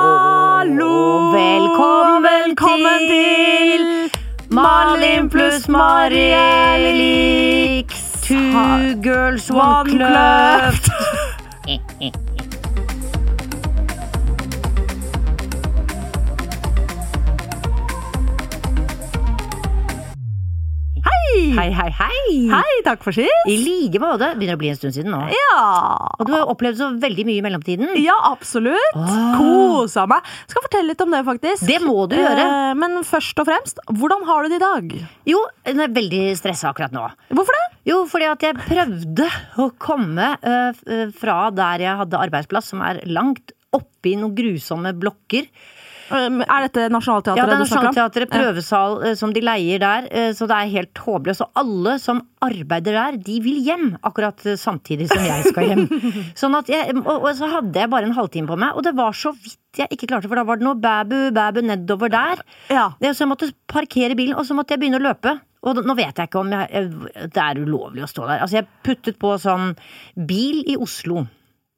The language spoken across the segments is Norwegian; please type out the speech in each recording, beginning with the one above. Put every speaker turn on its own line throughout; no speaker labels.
Hallo!
Velkommen
velkommen til Malin pluss Marie er lik
Two girls, one club.
Vannkløft. Hei!
Hei, hei, hei.
Hei, takk for sist.
I like måte. Begynner å bli en stund siden nå.
Ja.
Og du har jo opplevd så veldig mye i mellomtiden.
Ja, absolutt.
Ah.
Kosa meg. Skal fortelle litt om det, faktisk.
Det må du gjøre.
Eh, Men først og fremst, hvordan har du det i dag?
Jo, jeg er veldig stressa akkurat nå.
Hvorfor det?
Jo, fordi at jeg prøvde å komme eh, f- eh, fra der jeg hadde arbeidsplass, som er langt oppi noen grusomme blokker.
Um, Er dette Nationaltheatret
Ja, det er
du snakker om?
Nationaltheatret, prøvesal eh, som de leier der, eh, så det er helt håpløst. Og alle som arbeider der, de vil hjem, akkurat eh, samtidig som jeg skal hjem. sånn at jeg, og, og så hadde jeg bare en halvtime på meg, og det var så vidt jeg ikke klarte, for da var det noe bæbu, bæbu nedover der.
Ja.
Det, så jeg måtte parkere bilen, og så måtte jeg begynne å løpe. Og da- nå vet jeg ikke om jeg, jeg Det er ulovlig å stå der. Altså, jeg puttet på sånn Bil i Oslo.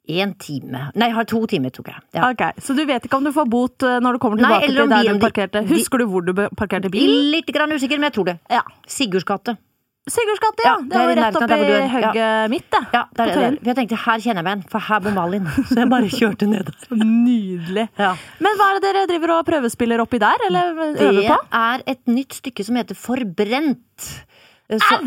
Én time. Nei, har to timer tok jeg. Ja.
Ok, Så du vet ikke om du får bot eh, når du kommer
Nei,
tilbake
eller om
til der
bilen-
du parkerte?
de-
Husker du hvor du be- parkerte bilen?
Litt grann usikker, men jeg tror det.
Ja.
Sigurds gate.
Sigurdsgate, ja.
Ja, det
Det
er
er jo
i
rett
nærheten av
oppi
der hvor du er. Ja.
høgget mitt, det.
Ja, det er
På
det der.
Tøyen.
For Jeg tenkte her kjenner jeg meg igjen, for her bor Malin. Så jeg bare kjørte ned der.
Nydelig.
Ja.
Men hva er det dere driver og prøvespiller oppi der, eller øver
Det
på?
er et nytt stykke som heter Forbrent. Au!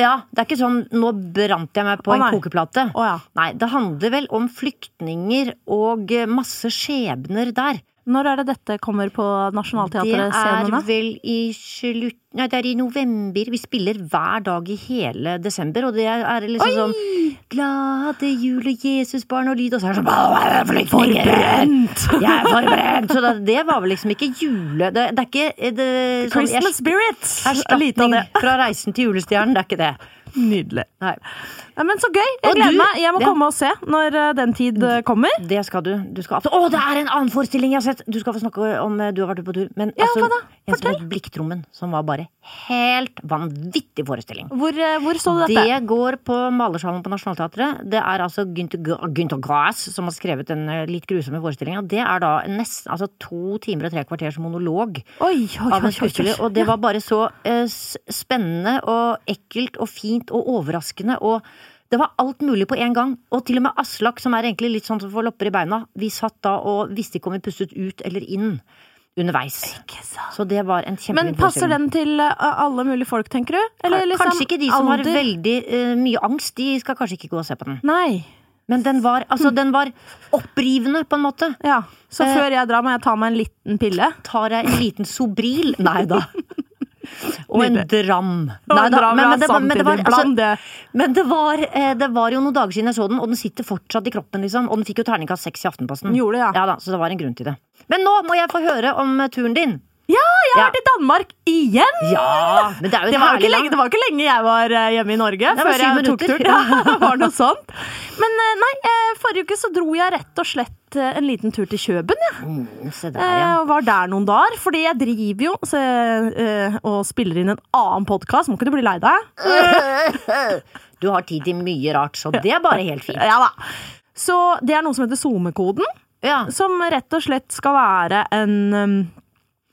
Ja, det er ikke sånn 'nå brant jeg meg
Å,
på en
nei.
kokeplate'.
Å, ja.
Nei, det handler vel om flyktninger og eh, masse skjebner der.
Når er det dette kommer på
Det er
Nationaltheatret-scenene?
vel i slutt... Nei, det er i november. Vi spiller hver dag i hele desember, og det er liksom sånn Glade jul og Jesusbarn og lyd, og så er det sånn Flyktninger! Jeg er forbrent! Så det, det var vel liksom ikke jule... Det, det er ikke det, sånn
Christmas spirit!
ers-
Lite av
erstatning
det.
fra Reisen til julestjernen. Det er ikke det.
Nydelig.
Nei.
Ja, men så gøy! Jeg
Og
gleder
du-
meg. Jeg må
Ja.
komme og se når eh, den tid eh, kommer.
Det skal du. du skal, absolutt- å, det er en annen forestilling jeg har sett! Du skal få snakke om eh, Du har vært på tur. Men altså,
Ja, hva da?
en som het Blikktrommen, som var bare helt vanvittig forestilling.
Hvor, eh, hvor så du dette?
Det går på malersalen på Nationaltheatret. Det er altså Günther Gra- Günther Grass som har skrevet den eh, litt grusomme forestillinga. Det er da en nesten altså to timer og tre kvarters monolog
Oi, oi, oi,
av en
oi, oi.
skuespiller. Og det var bare så eh, s- spennende og ekkelt og fint og overraskende. Og det var alt mulig på en gang. Og til og med Aslak, som er egentlig litt sånn som får lopper i beina, vi satt da og visste ikke om vi pustet ut eller inn underveis.
Ikke sant.
Så det var en kjempefin
Men passer
forestilling.
den til eh, alle mulige folk, tenker du? Eller liksom
kanskje ikke de som har
alder?
veldig eh, mye angst, de skal kanskje ikke gå og se på den.
Nei.
Men den var, altså, den var opprivende, på en måte.
Ja. Så
Eh.
før jeg drar, må jeg ta meg en liten pille?
Tar jeg en liten Sobril Nei da. Og en
Nydelig.
dram.
Og
Nei
en
da,
dram, ja,
det var- det var,
samtidig,
altså,
bland det.
men det, var, eh, det var jo noen dager siden jeg så den, og den sitter fortsatt i kroppen. liksom Og den fikk jo terningkast seks i Aftenposten.
Den gjorde det, ja.
Mm. Ja da, Så det var en grunn til det. Men nå må jeg få høre om eh, turen din.
Ja, jeg har
Ja.
vært i Danmark igjen!
Ja, men det er jo et
Det var, jo
herlig
ikke lenge,
land.
det var ikke lenge jeg var eh, hjemme i Norge.
Det var
før
syv
jeg tok
minutter.
turen. Ja, det var noe sånt. Men eh, nei, eh, forrige uke så dro jeg rett og slett eh, en liten tur til Kjøben. Ja.
Mm, Se der,
Eh,
ja.
Og var der noen dager. Fordi jeg driver jo så, eh, og spiller inn en annen podkast. Må ikke du bli lei deg?
Du har tid til mye rart, så det er bare helt fint.
Ja da. Så det er noe som heter SoMe-koden.
Ja.
Som rett og slett skal være en um,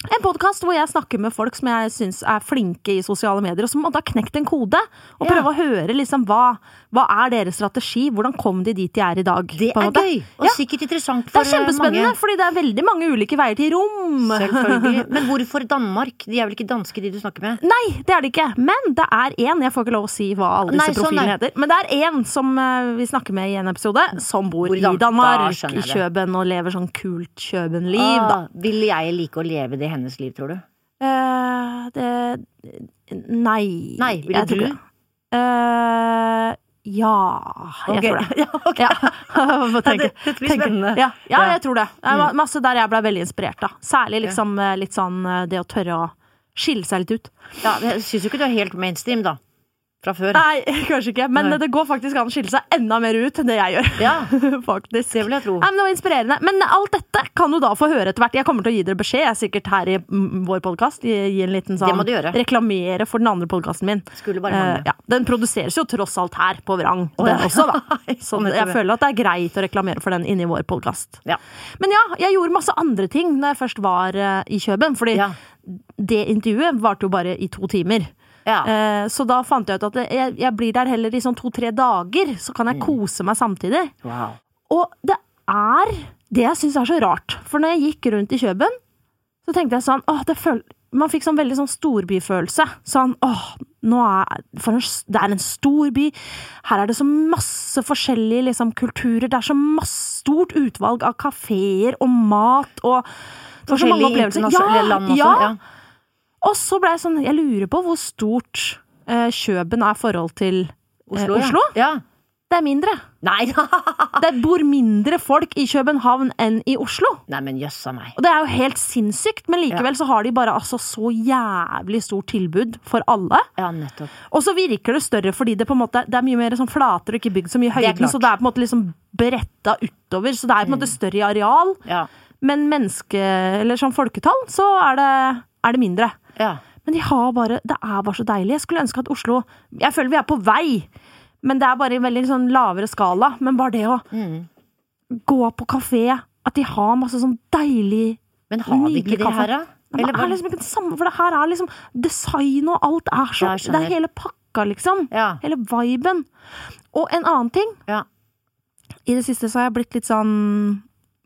en podkast hvor jeg snakker med folk som jeg syns er flinke i sosiale medier, og som på en måte har knekt en kode. Og
Ja.
prøve å høre liksom hva, hva er deres strategi, hvordan kom de dit de er i dag?
Det
på en
er
måte.
gøy, og
Ja,
sikkert interessant
det
for
er
eh,
kjempespennende,
mange.
fordi det er veldig mange ulike veier til rom.
Selvfølgelig. Men hvorfor Danmark? De er vel ikke danske, de du snakker med?
Nei, det er det ikke. Men det er én. Jeg får ikke lov å si hva alle disse
Nei, sånn,
profilene
nei.
heter. Men det er én som eh, vi snakker med i en episode, som bor,
Bor i
i
Dan-
Danmark,
Da Ah,
i
skjønner jeg det.
Kjøben, og lever sånn kult Kjøben-liv, da.
Ah, vil jeg like å leve det hennes liv, tror du?
Eh, det Nei.
Nei, ville
jeg tror
du?
ikke det. Eh, ja, jeg
Ok.
tror det.
Ja, ok.
Ja. Hva tenker-
det- dette blir
tenker-
spennende.
Ja, ja,
Ja. Mm.
jeg tror det. Det er ma- masse der jeg ble veldig inspirert. da Særlig liksom eh, litt sånn eh, det å tørre å skille seg litt ut.
Ja, men jeg syns jo ikke du er helt mainstream, da. fra før.
Nei, kanskje ikke, men
Nei.
det går faktisk an å skille seg enda mer ut enn det jeg gjør.
Ja,
faktisk.
det vil jeg tro.
Nei, men det var inspirerende. Men alt dette kan du da få høre etter hvert. Jeg kommer til å gi dere beskjed jeg er sikkert her i mm, vår podkast. Gi gi en liten
Det
sånn
må du gjøre.
reklamere for den andre podkasten min.
Skulle bare mangle.
Eh, ja. Den produseres jo tross alt her på Vrang,
Å,
den
ja.
også, da. Så
Sånn heter
jeg
det.
føler at det er greit å reklamere for den inni vår podkast.
Eh, Ja.
Men ja, jeg gjorde masse andre ting når jeg først var eh, i Kjøben, fordi
Ja.
det intervjuet varte jo bare i to timer.
Ja.
Eh, Så da fant jeg ut at jeg, jeg blir der heller i sånn to-tre dager, så kan
Mm.
jeg kose meg samtidig.
Wow.
Og det er det jeg syns er så rart. For når jeg gikk rundt i Kjøben, så tenkte jeg sånn åh, det føl Man fikk sånn veldig sånn storbyfølelse. Sånn åh, nå er for en, s- Det er en stor by. Her er det så masse forskjellige liksom, kulturer. Det er så masse stort utvalg av kafeer og mat og det var så mange
Forskjellige
opplevelser.
internasjonale land også.
ja,
Ja.
og så ble jeg sånn, jeg lurer på hvor stort eh, Kjøben er i forhold til Oslo,
ja.
Oslo.
Ja.
Det er mindre.
Nei da!
Det bor mindre folk i København enn i Oslo.
Nei, men jøssa meg.
Og det er jo helt sinnssykt, men likevel så har de bare altså så jævlig stort tilbud for alle.
Ja, nettopp.
Og så virker det større fordi det på en måte Det er mye mer sånn flatere og ikke bygd så mye i
Det er
høyden,
klart. Mm.
så det er på en måte liksom bretta utover, så det er på en måte større i areal.
Ja.
Men menneske... Eller sånn folketall, så er det, er det mindre.
ja.
Men de har bare, det er bare så deilig. Jeg skulle ønske at Oslo Jeg føler vi er på vei, men det er bare i veldig sånn lavere skala. Men bare det å
Mm.
gå på kafé, at de har masse sånn deilig
Men har vi ikke
Nydelig
det
kaffe.
her, da?
Men
Eller
Det er
hva?
liksom ikke det samme, for det her er liksom design og alt er så
Ja, jeg
Det
skjønner.
er hele pakka, liksom.
Ja.
Hele viben. Og en annen ting.
ja.
I det siste så har jeg blitt litt sånn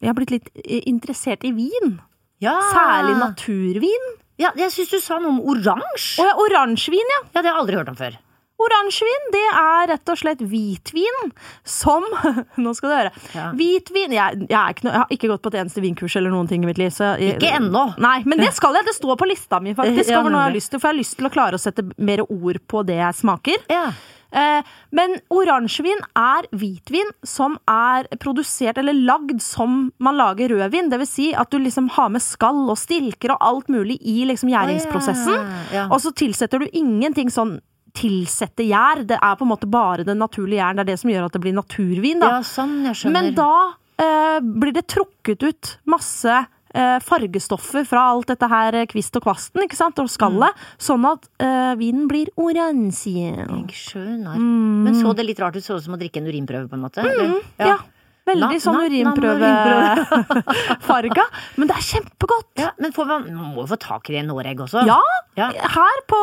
Jeg har blitt litt eh, interessert i vin.
ja.
Særlig
Ah.
naturvin.
Ja, jeg syns du sa noe om oransje.
Og ja, oransjevin, ja.
Ja, det har jeg aldri hørt om før.
Oransjevin det er rett og slett hvitvin som Nå skal du høre.
Ja.
Hvitvin jeg, jeg, er ikke noe, jeg har ikke gått på et eneste vinkurs eller noen ting i mitt liv. Så jeg,
Ikke ennå.
Nei, men det skal jeg. Det står på lista mi, faktisk.
Ja,
over noe jeg har
nemlig.
lyst til, for jeg har lyst til å klare å sette mer ord på det jeg smaker.
Ja.
Eh, Men oransjevin er hvitvin som er produsert eller lagd som man lager rødvin. Det vil si at du liksom har med skall og stilker og alt mulig i liksom gjæringsprosessen.
ja.
Og så tilsetter du ingenting sånn tilsette gjær. Det er på en måte bare den naturlige gjæren. Det er det som gjør at det blir naturvin, da.
ja, sånn, jeg skjønner.
Men da eh, blir det trukket ut masse eh, fargestoffer fra alt dette her eh, kvist og kvasten ikke sant? og skallet,
Mm.
sånn at eh, vinen blir oransje.
Jeg skjønner. Men så det litt rart ut? Så det som å drikke en urinprøve, på en måte? eller?
Ja. Veldig
Na-
sånn
na-
urinprøvefarga. Men det er kjempegodt!
Ja, men får man, man må jo få tak i det i Noreg også?
Ja!
Ja.
Her på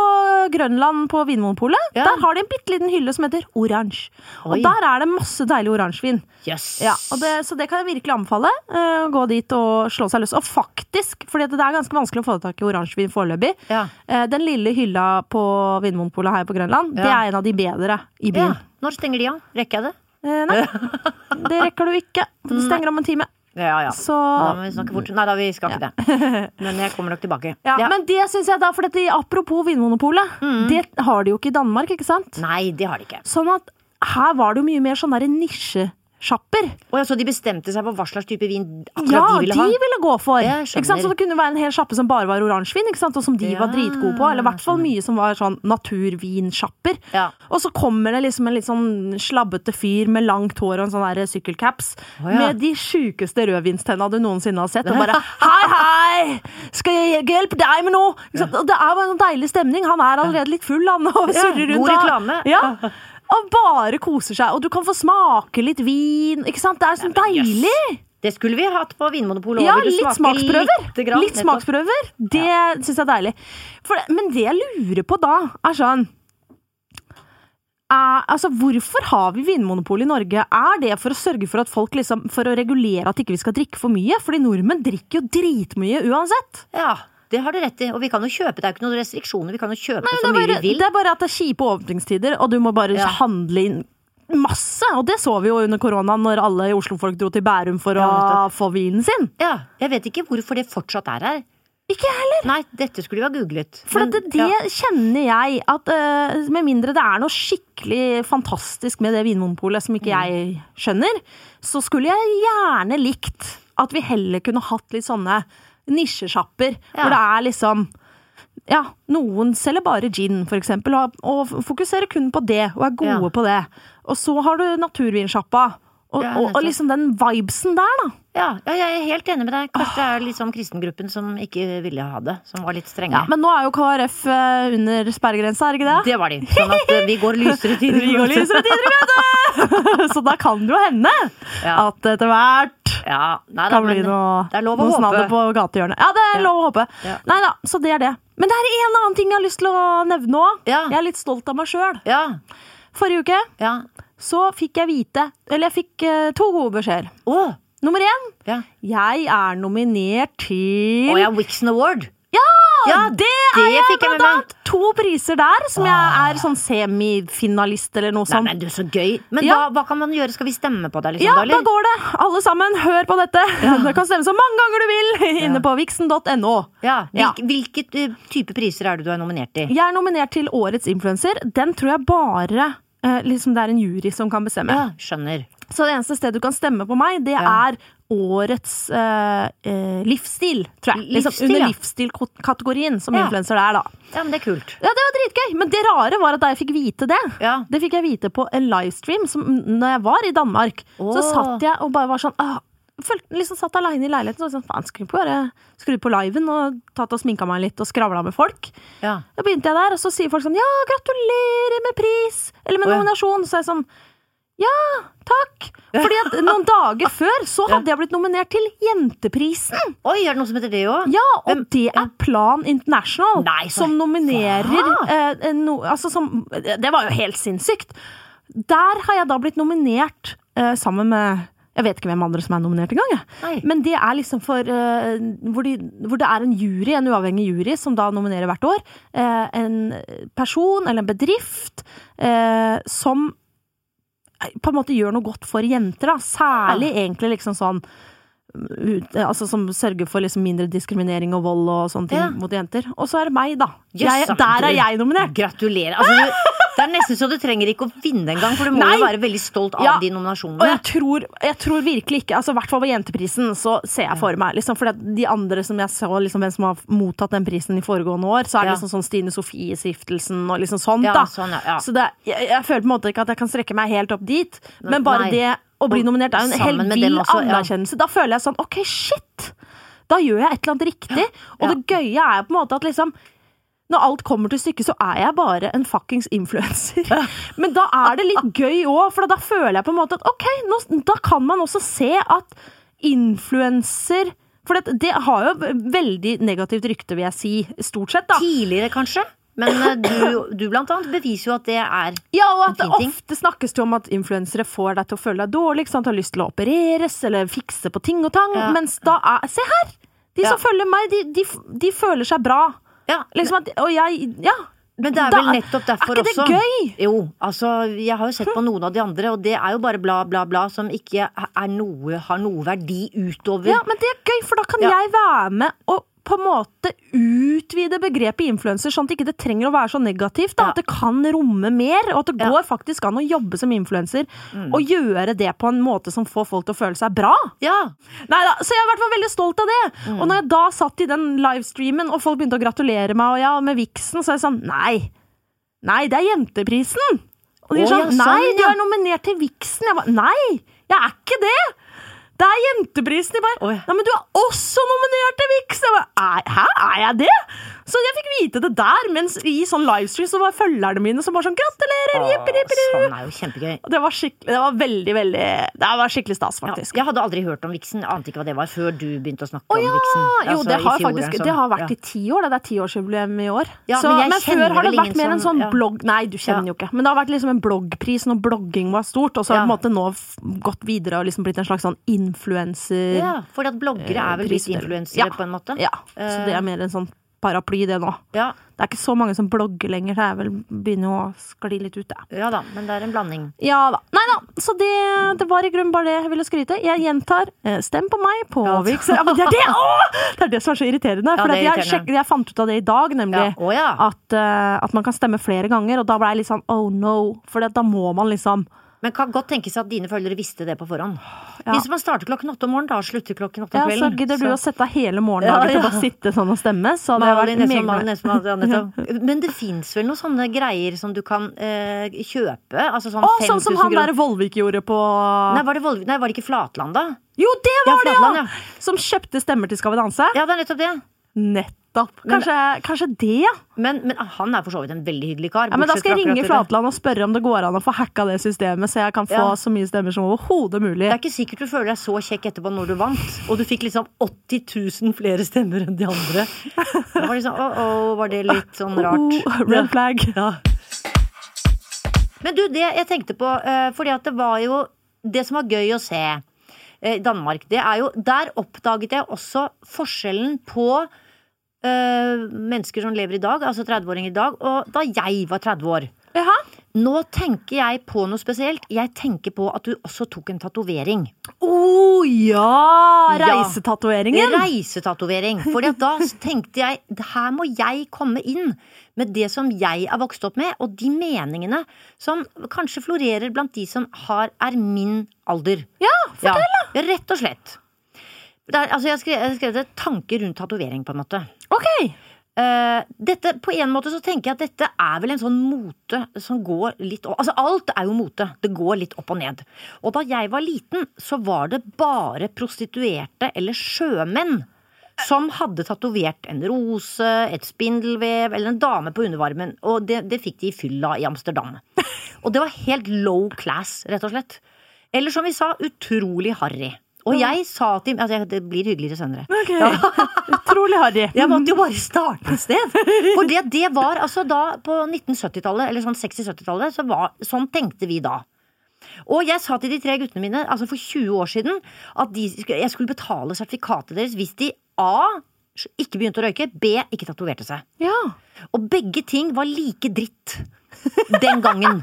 Grønland, på Vinmonopolet,
Ja.
der har de en bitte liten hylle som heter Oransje. Og
Oi.
der er det masse deilig oransjevin.
Jøss.
Ja, og det, så det kan jeg virkelig anbefale. eh, å gå dit og slå seg løs. Og faktisk, fordi at det er ganske vanskelig å få tak i oransjevin foreløpig.
Ja.
eh, Den lille hylla på Vinmonopolet her på Grønland, det
Ja.
er en av de bedre i
ja.
byen.
Når stenger de av? Rekker jeg det?
Eh, Nei, det rekker du ikke. Det stenger om en time.
Ja ja.
Så
Da må vi snakke fort. Nei da, vi skal ikke det. Men jeg kommer nok tilbake.
ja, Men det syns jeg da, for dette, apropos Vinmonopolet, det har de jo ikke i Danmark, ikke sant?
Nei, det har de ikke.
Sånn at her var det jo mye mer sånn derre nisjesjapper.
Å ja, så de bestemte seg for hva slags type vin akkurat
Ja,
de
de
ville ha?
ville gå for.
Jeg
Ikke sant? Så
skjønner.
det kunne være en hel sjappe som bare var oransjevin, ikke sant? og som de
Ja,
var dritgode på. Eller i hvert fall mye som var sånn naturvinsjapper.
Ja.
Og så kommer det liksom en litt sånn slabbete fyr med langt hår og en sånn der sykkelcaps
Å, ja.
med de sjukeste rødvinstenna du noensinne har sett, og bare hei, hei! Skal jeg hjelpe deg med noe? Ikke sant? Og det er bare en sånn deilig stemning. Han er allerede litt full, han, og
Ja,
surrer rundt.
god
og-
reklame.
Ja. Og bare koser seg. Og du kan få smake litt vin. Ikke sant? Det er sånn
men jøss.
deilig!
Det skulle vi hatt på Vinmonopolet.
Ja,
også. Vil du
litt
smake
smaksprøver.
lite grann,
litt
nettopp?
smaksprøver. Det syns jeg er deilig. For det, men det jeg lurer på da, er sånn er, altså, Hvorfor har vi vinmonopol i Norge? Er det for å sørge for at folk liksom, for å regulere at ikke vi skal drikke for mye? Fordi nordmenn drikker jo dritmye uansett.
Ja, det har du rett i. Og vi kan jo kjøpe, det er jo ikke noen restriksjoner. Vi kan jo kjøpe
Men
så
det, er
mye
bare,
vi vil.
det er bare at det er kjipe åpningstider, og du må bare
Ja.
handle inn masse. Og det så vi jo under koronaen, når alle i Oslo-folk dro til Bærum for
Ja,
å få vinen sin.
Ja, jeg vet ikke hvorfor det fortsatt er her.
Ikke jeg heller.
Nei, dette skulle vi ha googlet.
For
Men-
at det, det
ja.
kjenner jeg at eh, med mindre det er noe skikkelig fantastisk med det vinmonopolet som
Mm.
ikke jeg skjønner, så skulle jeg gjerne likt at vi heller kunne hatt litt sånne nisjesjapper
Ja.
hvor det er liksom Ja, noen selger bare gin, for eksempel, og, og fokuserer kun på det, og er gode
Ja.
på det. Og så har du naturvinsjappa, og,
Ja,
og, og
nettopp.
liksom den vibesen der, da.
Ja, ja, jeg er helt enig med deg. Kanskje det
Ah.
er liksom kristengruppen som ikke ville ha det, som var litt strenge.
Ja, men nå er jo KrF eh, under sperregrensa, er det ikke det?
Det var de. Sånn at eh, vi går lysere tider.
Vi går lysere tider i møte! Så da kan det jo hende
Ja.
at etter hvert
Ja, nei, da,
kan bli
men
noe,
det er lov å
noe
håpe.
snadder på gatehjørnet. Ja, det er
Ja.
lov å håpe.
Ja.
Nei da, så det er det. Men det er en annen ting jeg har lyst til å nevne òg.
Ja.
Jeg er litt stolt av meg sjøl.
Ja,
Forrige uke
ja.
så fikk jeg vite Eller jeg fikk eh, to gode beskjeder.
Å!
Nummer én
Ja.
jeg er nominert til
Å ja, Wixon Award.
Ja!
Ja,
Det
det
er jeg,
fikk jeg med
blant
meg.
annet! To priser der, som jeg er sånn semifinalist eller noe
Nei,
sånt.
men du, så gøy. Men hva,
Ja.
hva kan man gjøre? Skal vi stemme på deg, liksom?
Ja,
da,
da
eller?
går det! Alle sammen, hør på dette! Du kan stemme så mange ganger du vil inne på vixen.no.
Ja.
Ja.
Hvilke, hvilket eh, type priser er det du er nominert i?
Jeg er nominert til Årets influenser. Den tror jeg bare eh, liksom det er en jury som kan bestemme.
Ja, skjønner.
Så det eneste stedet du kan stemme på meg, det
Ja.
er Årets eh, eh, livsstil, tror jeg. Liksom,
Livsstil,
under
ja.
livsstilkategorien, som
Ja.
influenser det er, da.
Ja, men det er kult.
Ja, det var dritgøy, men det rare var at da jeg fikk vite det
Ja.
Det fikk jeg vite på en livestream som, når jeg var i Danmark. Så
Åh.
satt jeg og bare var sånn ah, følte, liksom Satt aleine i leiligheten og sånn Faen, skulle ikke bare skru på liven og tatt og sminka meg litt og skravla med folk.
Ja.
Da begynte jeg der, og så sier folk sånn Ja, gratulerer med pris! Eller med
Åh, ja.
nominasjon! Så er jeg sånn Ja, takk! Fordi at noen dager før så hadde jeg blitt nominert til Jenteprisen!
Oi, er det noe som heter det òg?
Ja, og det er Plan International
Nei, så-
som nominerer
Hva?
eh, no, altså som, Det var jo helt sinnssykt. Der har jeg da blitt nominert eh, sammen med jeg vet ikke hvem andre som er nominert engang. jeg.
Nei.
Men det er liksom for eh, hvor, de, hvor det er en jury, en uavhengig jury, som da nominerer hvert år. eh, en person eller en bedrift eh, som eh, på en måte gjør noe godt for jenter, da. Særlig egentlig liksom sånn ut, altså som sørger for liksom mindre diskriminering og vold og sånne ting
Ja.
mot jenter. Og så er det meg, da.
Jøss,
Jeg, der er
du-
jeg nominert!
Gratulerer. Altså, du, det er nesten så du trenger ikke å vinne engang, for du må
Nei.
jo være veldig stolt av
Ja.
de
Og
nominasjonene.
jeg tror, jeg tror virkelig ikke altså I hvert fall på Jenteprisen så ser jeg for meg liksom, For de andre som jeg så, liksom, hvem som har mottatt den prisen i foregående år, så er det
Ja.
liksom sånn Stine Sofie-stiftelsen og liksom sånt,
Ja,
da.
sånn, ja, ja.
Så det, jeg, jeg føler på en måte ikke at jeg kan strekke meg helt opp dit, men bare
Nei.
det å bli
Og
nominert er jo en
sammen
helt
med
vill
dem også, ja.
anerkjennelse. Da føler jeg sånn OK, shit! Da gjør jeg et eller annet riktig. Og
ja.
det gøye er på en måte at liksom når alt kommer til stykket, så er jeg bare en fuckings influenser. Men da er det litt gøy òg, for da føler jeg på en måte at ok, nå, da kan man også se at influenser For det, det har jo veldig negativt rykte, vil jeg si, stort sett, da.
Tidligere, kanskje. Men eh, du, du blant annet beviser jo at det er
Ja, og at det
En fin ting.
ofte snakkes det om at influensere får deg til å føle deg dårlig, ikke sant? har lyst til å opereres eller fikse på ting og tang,
Ja.
mens da er Se her! De
Ja.
som følger meg, de, de, de føler seg bra.
Ja,
Liksom at Og jeg Ja.
Men det er
Da-
vel nettopp derfor
er ikke det
også.
gøy? Hm.
Jo, altså, jeg har jo sett på noen av de andre, og det er jo bare bla, bla, bla, som ikke er noe, har noe verdi utover.
Ja, men det er gøy, for da kan
Ja.
jeg være med og på en måte utvide begrepet influenser, sånn at ikke det trenger å være så negativt. Da.
Ja.
At det kan romme mer, og at det
Ja. Mm.
går faktisk an å jobbe som influenser. Og gjøre det på en måte som får folk til å føle seg bra.
Ja.
Neida, så jeg er i hvert fall veldig stolt av det.
Mm.
Og når jeg da satt i den livestreamen, og folk begynte å gratulere meg og ja, med viksen, så er jeg sånn Nei! Nei, det er Jenteprisen! Og de
Å,
er sånn
ja, sånn,
Nei, du
ja.»
er nominert til viksen! Jeg bare Nei! Jeg er ikke det! Det er Jenteprisen! De bare
Oi.
Nei, men du er også nominert til viksen! Jeg bare «Er- Hæ, er jeg det? Så jeg fikk vite det der, mens i sånn livestream så var følgerne mine som var sånn Gratulerer! Jippi, jippi,
Å,
du!»
Sånn er jo kjempegøy.
Og Det var skikkelig, det var veldig, veldig Det var skikkelig stas,
Ja,
faktisk.
jeg hadde aldri hørt om Vixen, ante ikke hva det var før du begynte å snakke
Å ja!
om Vixen.
Jo,
Altså,
det
i
har,
fjor eller
faktisk,
sånn.
det har vært
Ja.
i ti år. Det Det er tiårsjubileum i år.
Ja,
så,
men jeg
men,
kjenner
før har det
vel
vært
ingen
mer en
som-
sånn
ja.
blogg... Nei, du kjenner jo ikke. Men det har vært liksom en bloggpris når blogging var stort, og så har det
Ja.
på en måte nå f- gått videre og liksom blitt en slags sånn influenser...
Ja, fordi at bloggere er vel litt
prisutdeling. eh,
influensere,
Ja.
på en måte. Eh,
Ja, så det er mer en sånn paraply, det nå.
Ja,
Det er ikke så mange som blogger lenger, så jeg vel begynner å skli litt ut, det.
ja da, men det er en blanding.
Ja da. Nei da, så det, det var i grunnen bare det jeg ville skryte. Jeg gjentar, eh, stem på meg på
Ja.
Vixen. Ja, men det er det! Åh! Det er det som er så irriterende.
Ja,
for
det er
at jeg,
irriterende.
sjekket- jeg fant ut av det i dag, nemlig.
Ja, å ja.
At, eh, at man kan stemme flere ganger, og da ble jeg litt sånn oh no. For da må man liksom
Men kan godt tenkes at dine følgere visste det på forhånd.
Ja.
Hvis man starter klokken åtte om morgenen, da slutter klokken åtte
Ja,
om
så
kvelden.
gidder du
Så-
å sette av hele morgendagen
Ja,
til
ja.
bare å sitte sånn og stemme, så hadde jeg
Malin,
vært
Nesvold,
meget fornøyd.
Malin, Nesvold, Malin, Nesvold. Men det fins vel noen sånne greier som du kan eh, kjøpe? Altså sånn
Å,
5000
sånn som han der
kroner.
Vollvik gjorde på
Nei, var det, Volv- Nei, var det ikke Flatland, da?
Jo, det
Ja,
var det,
Flatland,
ja!
ja.
Som kjøpte stemmer til Skal vi danse.
Ja, det er nettopp det.
Nettopp.
Men-
Kanskje, kanskje det, ja.
Men, men han er for så vidt en veldig hyggelig kar.
ja. Men da skal jeg
bortsett fra
ringe
akkurat det.
Flatland og spørre om det går an å få hacka det systemet, så jeg kan få
Ja.
så mye stemmer som overhodet mulig.
Det er ikke sikkert du føler deg så kjekk etterpå når du vant, og du fikk liksom 80 000 flere stemmer enn de andre. Det var liksom, åh, åh, var det litt sånn rart.
Oh, red flag.
Men du, det jeg tenkte på, eh, fordi at det var jo det som var gøy å se eh, i Danmark, det er jo Der oppdaget jeg også forskjellen på eh, mennesker som lever i dag, altså 30-åringer i dag, og da jeg var 30 år.
Jaha.
Nå tenker jeg på noe spesielt. Jeg tenker på at du også tok en tatovering.
Å Oh, ja!
Ja.
Reisetatoveringen.
Reisetatovering. For da tenkte jeg her må jeg komme inn med det som jeg er vokst opp med, og de meningene som kanskje florerer blant de som har, er min alder.
Ja,
Fortell, da! Ja, rett og slett. Det er, altså, jeg har skre- jeg har skrevet et tanke rundt tatovering, på en måte.
ok.
Eh, dette, på en måte så tenker jeg at dette er vel en sånn mote som går litt opp Altså alt er jo mote. Det går litt opp og ned. Og da jeg var liten, så var det bare prostituerte eller sjømenn som hadde tatovert en rose, et spindelvev eller en dame på undervarmen. Og det, det fikk de i fylla i Amsterdam. Og det var helt low class, rett og slett. Eller som vi sa, utrolig harry. Og jeg sa til altså, Det blir hyggeligere senere.
Ok. Utrolig harry.
Jeg måtte jo bare starte et sted. For det, det var altså da på 1970-tallet, eller sånn 60-70-tallet, så var, sånn tenkte vi da. Og jeg sa til de tre guttene mine altså for 20 år siden at de, skulle- jeg skulle betale sertifikatet deres hvis de A. ikke begynte å røyke, B. ikke tatoverte seg.
Ja.
Og begge ting var like dritt den gangen.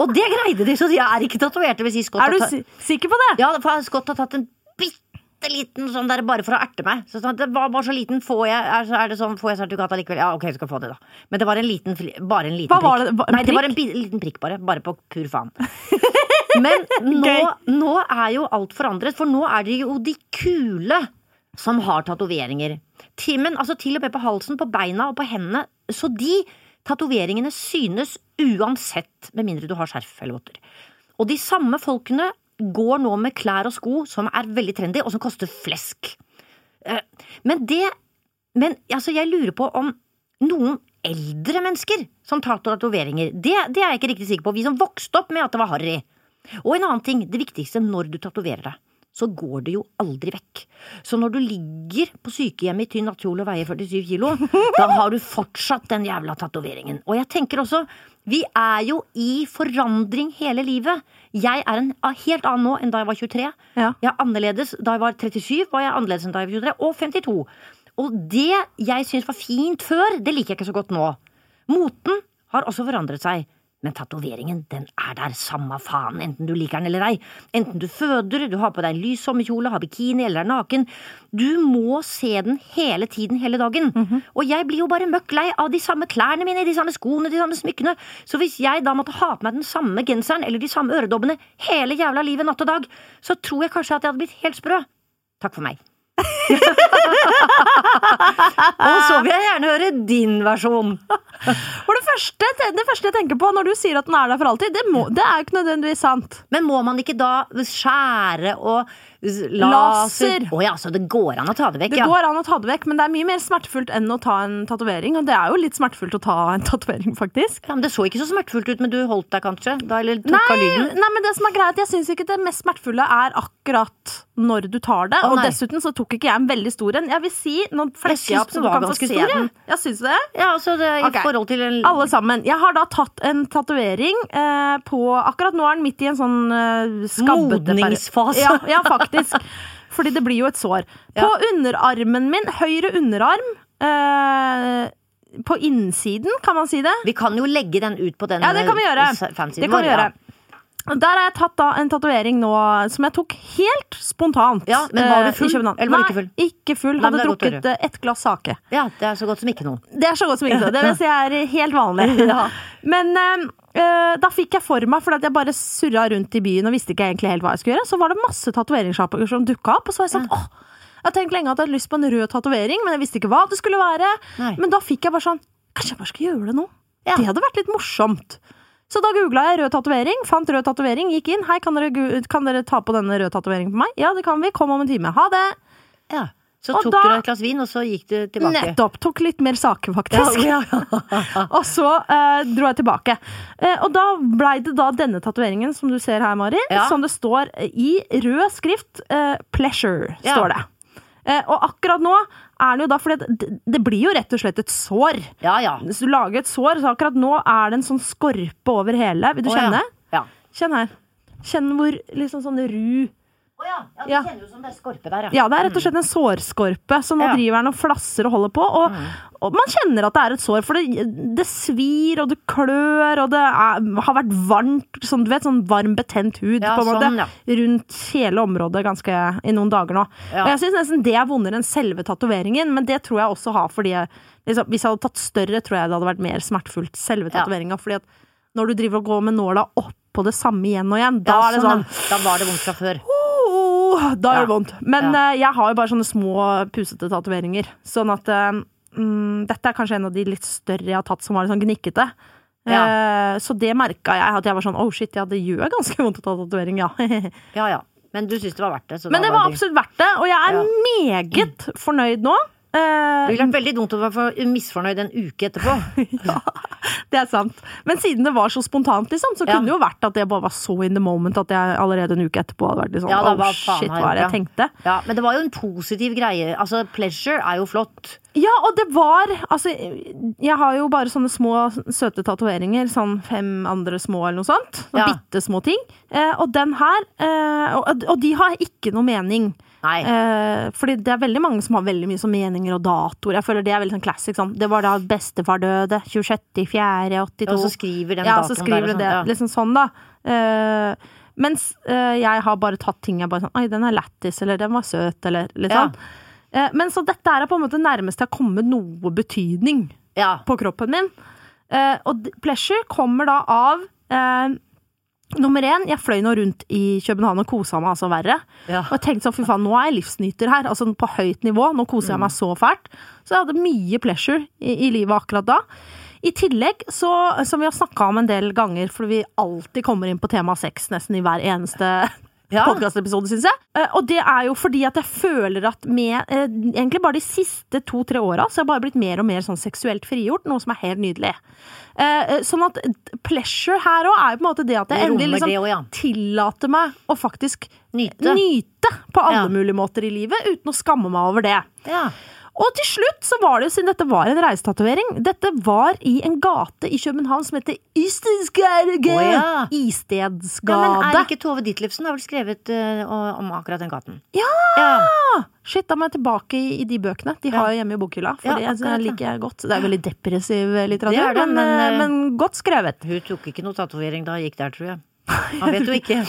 Og det greide de, så de er ikke tatoverte. Hvis de Scott
Er
har
du
ta-
si sikker på det?
ja, for Scott har tatt en bitte liten sånn der bare for å erte meg. Så sånn, at det var bare så liten, får jeg, er, så er det sånn, får jeg sertifikat allikevel? Ja, ok, du skal få det, da. Men det var en liten, fri- bare en liten
Hva var
prikk.
det? Hva- en
Nei, det var
prikk?
en bi- liten prikk bare. Bare på pur faen. Men nå,
Gøy.
nå er jo alt forandret, for nå er det jo de kule som har tatoveringer. Til- Men altså til og med på halsen, på beina og på hendene. Så de tatoveringene synes uansett, med mindre du har skjerf eller votter. Og de samme folkene går nå med klær og sko som er veldig trendy, og som koster flesk. Eh, Men det Men altså, jeg lurer på om noen eldre mennesker som tar tatoveringer det, det er jeg ikke riktig sikker på. Vi som vokste opp med at det var harry. Og en annen ting, det viktigste når du tatoverer deg, så går det jo aldri vekk. Så når du ligger på sykehjemmet i tynn nattkjole og veier 47 kilo, da har du fortsatt den jævla tatoveringen. Og jeg tenker også, vi er jo i forandring hele livet. Jeg er en a- helt annen nå enn da jeg var 23.
Ja.
Jeg er annerledes da jeg var 37, var jeg annerledes enn da jeg var 23, og 52. Og det jeg syntes var fint før, det liker jeg ikke så godt nå. Moten har også forandret seg. Men tatoveringen den er der, samme faen, enten du liker den eller ei. Enten du føder, du har på deg en lys sommerkjole, har bikini eller er naken. Du må se den hele tiden, hele dagen.
Mhm.
Og jeg blir jo bare møkk lei av de samme klærne mine, de samme skoene, de samme smykkene. Så hvis jeg da måtte ha på meg den samme genseren eller de samme øredobbene hele jævla livet natt og dag, så tror jeg kanskje at jeg hadde blitt helt sprø. Takk for meg. og så vil jeg gjerne høre din versjon.
For det første, det første jeg tenker på når du sier at den er der for alltid, det, må, det er jo ikke nødvendigvis sant.
Men må man ikke da skjære og s- laser
Laser.
Å ja, så det går an å ta det vekk,
Det
ja.
går an å ta det vekk, men det er mye mer smertefullt enn å ta en tatovering. Og det er jo litt smertefullt å ta en tatovering, faktisk.
ja. Men det så ikke så smertefullt ut, men du holdt deg kanskje? Da, eller tok
Nei,
av lyden?
nei, men det som er greit, jeg syns ikke det mest smertefulle er akkurat når du tar det.
Å,
og
nei.
dessuten så tok ikke jeg en veldig stor en. Jeg vil si Nå flekker jeg
Jeg syns
opp, så
den
du
var
kan få
ganske
se
stor,
den. Ja, syns du det?
Ja, altså det, i
Ok.
forhold til en
Alle sammen. Jeg har da tatt en tatovering eh, på Akkurat nå er den midt i en sånn eh, skabbete per-
Modningsfase.
Ja, ja, faktisk. Fordi det blir jo et sår. På underarmen min, høyre underarm eh, På innsiden, kan man si det?
Vi kan jo legge den ut på den eh,
Ja, det kan vi gjøre.
s-
Det
fansiden
kan vi
vår, ja.
gjøre. Og Der har jeg tatt da en tatovering nå som jeg tok helt spontant.
Ja, men var
eh,
du
i
full,
København.
eller var du ikke full?
Nei, ikke full.
Nei, men
Hadde
det er godt å
drukket eh, ett glass sake.
Ja, det er så godt som ikke noe.
Det er så godt som ingenting. Det vil si er helt vanlig. Men eh, eh, da fikk jeg for meg, fordi at jeg bare surra rundt i byen og visste ikke egentlig helt hva jeg skulle gjøre, så var det masse tatoveringssjapper som dukka opp, og så var jeg sånn åh, jeg har tenkt lenge at jeg hadde lyst på en rød tatovering, men jeg visste ikke hva det skulle være.
Nei.
Men da fikk jeg bare sånn Kanskje jeg bare skal gjøre det nå?
Ja.
Det hadde vært litt morsomt. Så da googla jeg rød tatovering, fant rød tatovering, gikk inn. Hei, kan dere, gu- kan dere ta på denne røde tatoveringen på meg? Ja, det kan vi. Kom om en time. Ha det!
Ja. Så
Og
tok
da-
du deg et glass vin, og så gikk du tilbake.
Nettopp. Tok litt mer saker,
Ja,
faktisk.
ja, ja.
Og så eh, dro jeg tilbake. Eh, og da blei det da denne tatoveringen som du ser her, Mari.
Ja.
Som det står i rød skrift. Eh, 'Pleasure',
Ja.
står det. Eh, og akkurat nå er det jo da fordi det, det blir jo rett og slett et sår.
ja, ja.
Hvis du lager et sår, så akkurat nå er det en sånn skorpe over hele. Vil du
Å,
kjenne?
Ja.
Kjenn her. Kjenn hvor liksom sånn ru
Å ja. ja, du
Ja.
kjenner jo som det er skorpe der, Mm.
Ja, det er rett og slett en sårskorpe, så nå
Ja. Mm.
driver han og flasser og holder på. Og, og man kjenner at det er et sår, for det, det svir, og det klør, og det er, har vært varmt. Sånn, du vet, sånn varm, betent hud
Ja,
på en måte,
sånn, ja.
rundt hele området ganske, i noen dager nå.
Ja.
Og jeg syns nesten det er vondere enn selve tatoveringen, men det tror jeg også har fordi jeg, liksom, Hvis jeg hadde tatt større, tror jeg det hadde vært mer smertefullt, selve
Ja.
tatoveringa. Fordi at når du driver og går med nåla opp på det samme igjen og igjen, da
Ja,
er det sånn
ja. Da var det vondt fra før.
Åh, Oh, da gjør det
Ja.
vondt. Men
Ja.
eh, jeg har jo bare sånne små pusete tatoveringer. Sånn at eh, mm, dette er kanskje en av de litt større jeg har tatt som var litt sånn gnikkete. Eh, så det merka jeg. At jeg var sånn oh shit, ja, det gjør ganske vondt å ta tatovering, ja. Men
Ja, ja. Men du syntes det var verdt det. Så da
det var
det-
absolutt verdt det, og jeg er meget fornøyd nå. Eh,
Det ville vært veldig dumt å være for misfornøyd en uke etterpå.
ja, det er sant. Men siden det var så spontant, liksom, så
Ja.
kunne det jo vært at jeg bare var så in the moment at jeg allerede en uke etterpå hadde vært litt sånn
Ja, da,
oh
hva faen
shit,
har
hva er det jeg
jeg
tenkte?
Ja, Men det var jo en positiv greie. Altså, pleasure er jo flott.
Ja, og det var Altså, jeg har jo bare sånne små, søte tatoveringer. Sånn fem andre små, eller noe sånt. Sånne
Ja.
Bitte små ting. Eh, og den her eh, og, og de har ikke noe mening.
Nei.
Eh, fordi det er veldig mange som har veldig mye sånn meninger og datoer. Jeg føler Det er veldig sånn classic. Sånn. Det var da bestefar døde. 26.4.82.
Og så skriver den
ja,
datoen
så skriver
der.
du det.
og sånn,
Liksom sånn, da. Eh, mens eh, jeg har bare tatt ting jeg bare sånn Oi, den er lættis, eller den var søt, eller litt
Ja.
sånn. Eh, men så dette er på en måte nærmest det har kommet noe betydning
Ja.
på kroppen min. Eh, og d- pleasure kommer da av eh, Nummer én, jeg fløy nå rundt i København og kosa meg altså verre.
Ja.
Og jeg tenkte sånn, fy faen, nå er jeg livsnyter her, altså på høyt nivå. Nå koser jeg meg så fælt. Så jeg hadde mye pleasure i, i livet akkurat da. I tillegg, så, som vi har snakka om en del ganger, fordi vi alltid kommer inn på tema sex nesten i hver eneste
Ja.
podkastepisode, syns jeg. Eh, Og det er jo fordi at jeg føler at med eh, Egentlig bare de siste to-tre åra så har jeg bare blitt mer og mer sånn seksuelt frigjort, noe som er helt nydelig. Eh, eh, Sånn at pleasure her òg er jo på en måte det at jeg
Det rommer
endelig liksom
det også, ja.
tillater meg å faktisk
Nyte.
nyte på alle
Ja.
mulige måter i livet uten å skamme meg over det.
Ja.
Og til slutt så var det jo, siden dette var en reisetatovering Dette var i en gate i København som heter Istedsgade.
Å ja. ja,
Istedsgade.
men er det ikke Tove Ditlevsen har vel skrevet eh, om akkurat den gaten?
Ja!
ja.
Shit, da må jeg tilbake i, i de bøkene. De har jeg hjemme i bokhylla. For
Ja,
det
akkurat,
jeg liker jeg godt. Det er veldig depressiv eh, litteratur,
Det er det,
men,
men,
eh, men godt skrevet.
Hun tok ikke noe tatovering da hun gikk der, tror jeg. Han vet jo ikke.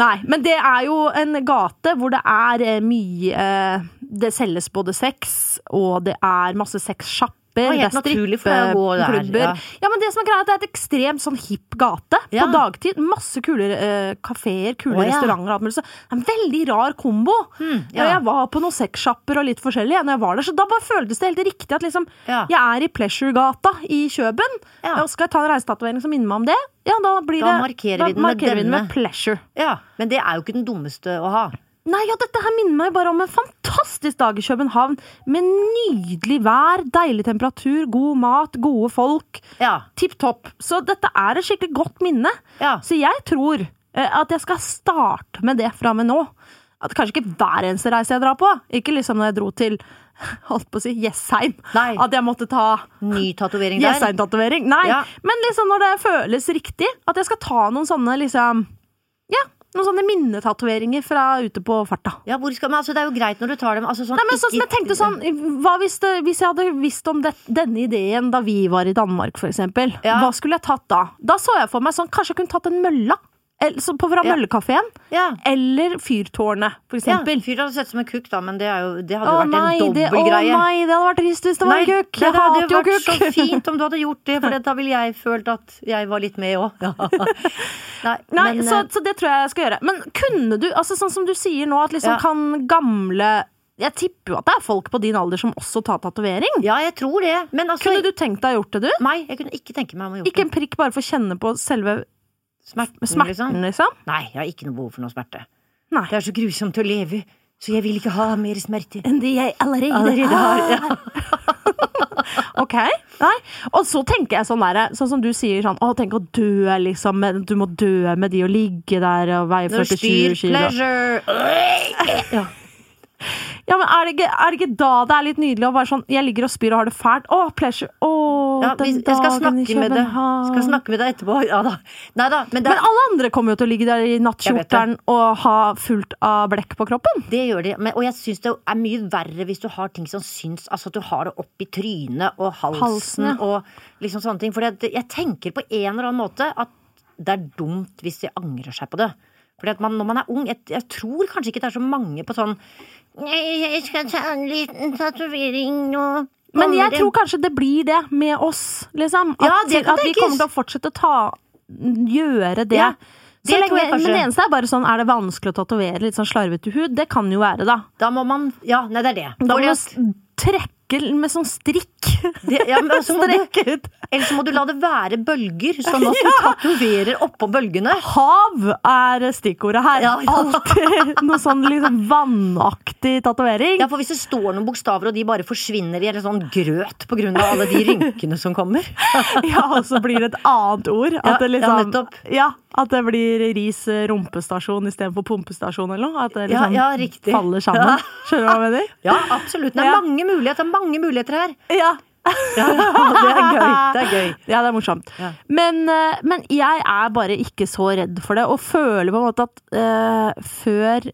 Nei, men det er jo en gate hvor det er eh, mye eh, Det selges både sex, og det er masse sexsjapper. Det
helt
er
naturlig for deg å gå der,
strippeklubber.
ja.
Ja. men det som er greia er at Det er et ekstremt sånn hipp gate på
Ja.
dagtid. Masse kule eh, kafeer, kule
Å, ja. Hmm,
restauranter og alt mulig. Så det er en veldig rar kombo.
ja.
Og jeg var på noen sexsjapper og litt forskjellig ja, når jeg var der, så da bare føltes det helt riktig at liksom
Ja.
Jeg er i Pleasure-gata i Kjøben.
Ja.
Og skal jeg ta en reisetatovering som minner meg om det, ja, da blir
Da
det
markerer
da
vi den med
markerer vi den
denne.
med Pleasure.
Ja, Men det er jo ikke den dummeste å ha.
Nei, ja, dette her minner meg bare om en fantastisk dag i København. Med nydelig vær, deilig temperatur, god mat, gode folk.
Ja.
Tipp topp. Så dette er et skikkelig godt minne.
Ja.
Så jeg tror eh, at jeg skal starte med det fra og med nå. At kanskje ikke hver eneste reise jeg drar på. Ikke liksom når jeg dro til holdt på å si, Jessheim.
Nei.
At jeg måtte ta
Ny tatovering der.
Jessheim-tatovering. Nei,
Ja.
men liksom når det føles riktig. At jeg skal ta noen sånne liksom Ja, noen sånne minnetatoveringer fra ute på farta.
Ja, hvor skal, men altså, Det er jo greit når du tar dem altså, sånn,
Nei, men sånn som jeg tenkte sånn hva hvis, det, hvis jeg hadde visst om det, denne ideen da vi var i Danmark, for eksempel.
Ja.
Hva skulle jeg tatt da? Da så jeg for meg sånn Kanskje jeg kunne tatt en mølla? eller så på fra
Ja.
Møllekafeen,
Ja.
eller Fyrtårnet, for
ja.
eksempel.
Fyrt hadde sett ut som en kukk, da, men det, er jo, det hadde
Å
jo vært
nei,
en
det,
dobbel
å
greie.
nei, det hadde vært trist hvis det var
Nei,
en kukk.
det
Jeg
hadde
hater jo
vært så
kukk.
fint om du hadde gjort det, for da ville jeg følt at jeg var litt med òg. Nei,
Nei,
men,
så,
eh,
så det tror jeg jeg skal gjøre. Men kunne du, altså sånn som du sier nå, at liksom
Ja.
kan gamle Jeg tipper jo at det er folk på din alder som også tar tatovering.
Ja, jeg tror det. Men altså
Kunne du tenkt deg å gjort det, du?
Nei, jeg kunne ikke tenke meg om å gjøre
Ikke en prikk bare for å kjenne på selve
det. Smerten,
smerten,
liksom.
liksom?
Nei, jeg har ikke noe behov for noe smerte.
Nei.
Det er så grusomt å leve, så jeg vil ikke ha mer smerte.
Enn det jeg allerede,
Allerede har,
ah.
ja.
Ok. Nei. Og så tenker jeg sånn der, sånn som du sier sånn Å, tenk å dø, liksom. men Du må dø med de og ligge der og veie
Når
47
styr
kilo.
pleasure ja.
Ja, men er det, ikke, er det ikke da det er litt nydelig å være sånn Jeg ligger og spyr og har det fælt. Å, pleasure. Å,
Ja, vi-
den
jeg
dagen i
skal snakke med deg
København.
Skal snakke med deg etterpå. Ja da. Nei da. Men det,
Men alle andre kommer jo til å ligge der i
Jeg vet
nattkjortelen
det.
og ha fullt av blekk på kroppen.
det gjør de. Men, og jeg syns det er mye verre hvis du har ting som syns. Altså at du har det oppi trynet og halsen,
Halsen, ja.
og liksom sånne ting. For det, jeg tenker på en eller annen måte at det er dumt hvis de angrer seg på det. Fordi at man, når man er ung jeg, jeg tror kanskje ikke det er så mange på sånn Nei, jeg skal ta en liten tatovering nå.
Men
Kommer
jeg
det-
tror kanskje det blir det med oss, liksom. At,
Ja, det kan
at vi
tenkes.
kommer til å fortsette å ta gjøre det.
Ja,
så
det tror
lenge,
jeg kanskje.
men det eneste er bare sånn, er det vanskelig å tatovere litt sånn slarvete hud? Det kan jo være, da.
Da må man Ja, nei, det er det.
Da må du
Fordi at-
s- trekke med sånn strikk.
det, ja, men så må du,
Strekke ut.
Eller så må du la det være bølger, sånn at du tatoverer oppå bølgene.
Hav er stikkordet her.
Ja, ja.
Alltid noe sånn liksom vannaktig tatovering.
Ja, for Hvis det står noen bokstaver og de bare forsvinner i en sånn grøt pga. alle de rynkene som kommer
Ja, og så blir det et annet ord. At
Ja,
det,
ja,
liksom,
nettopp.
ja, at det blir ris eh, rumpestasjon istedenfor pumpestasjon eller noe. At det
Ja,
liksom
ja, riktig.
faller sammen.
Ja.
Skjønner du hva jeg mener?
Ja, absolutt. Det er
Ja.
mange muligheter, det er mange muligheter her.
Ja.
Ja, det er gøy. Det er gøy.
Ja, det er morsomt.
Ja.
Men, eh, men jeg er bare ikke så redd for det, og føler på en måte at eh, før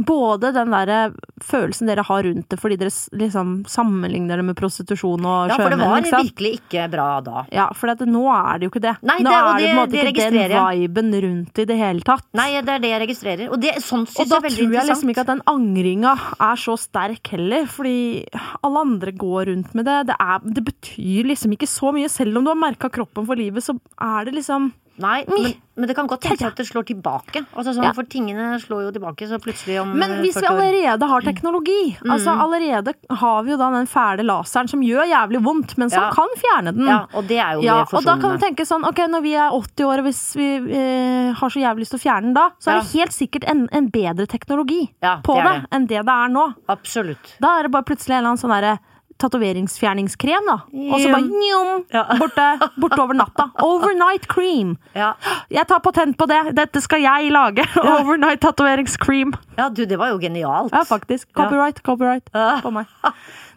både den der eh, følelsen dere har rundt det fordi dere s- liksom sammenligner det med prostitusjon og
Ja, for det
sjømenn.
var
ikke sant?
virkelig ikke bra da.
Ja, for at nå er det jo ikke det.
Nei,
nå
det- og
er det jo på en måte
det- det
ikke den
registrerer
viben rundt i det hele tatt.
Nei, det er det jeg registrerer. Og det,
Og
sånn syns
da
jeg er veldig
tror jeg
interessant.
liksom ikke at den angringa er så sterk heller, fordi alle andre går rundt med det. Det, er, det betyr liksom ikke så mye. Selv om du har merka kroppen for livet, så er det liksom
Nei, men, men det kan godt tenkes
Tja.
at det slår tilbake. Altså sånn,
Ja.
For tingene slår jo tilbake, så plutselig om
Men
eh,
hvis vi
folk har-
allerede har teknologi, altså allerede har vi jo da den fæle laseren som gjør jævlig vondt, men som
Ja.
kan fjerne den.
Ja, og det er jo
Ja,
mer
og da kan
forsonende.
du tenke sånn, ok, når vi er 80 år og hvis vi eh, har så jævlig lyst til å fjerne den da, så er
Ja.
det helt sikkert en, en bedre teknologi
Ja, det
på
er
det,
det.
enn det det er nå.
Absolutt.
Da er det bare plutselig en eller annen sånn derre tatoveringsfjerningskrem, da. Og så bare
Ja.
njom,
Ja.
borte, borte over natta. Overnight cream.
Ja.
Jeg tar patent på det, dette skal jeg lage. Overnight tatoveringscream.
ja, du, det var jo genialt.
Ja, faktisk. Copyright, copyright
Ja.
på meg.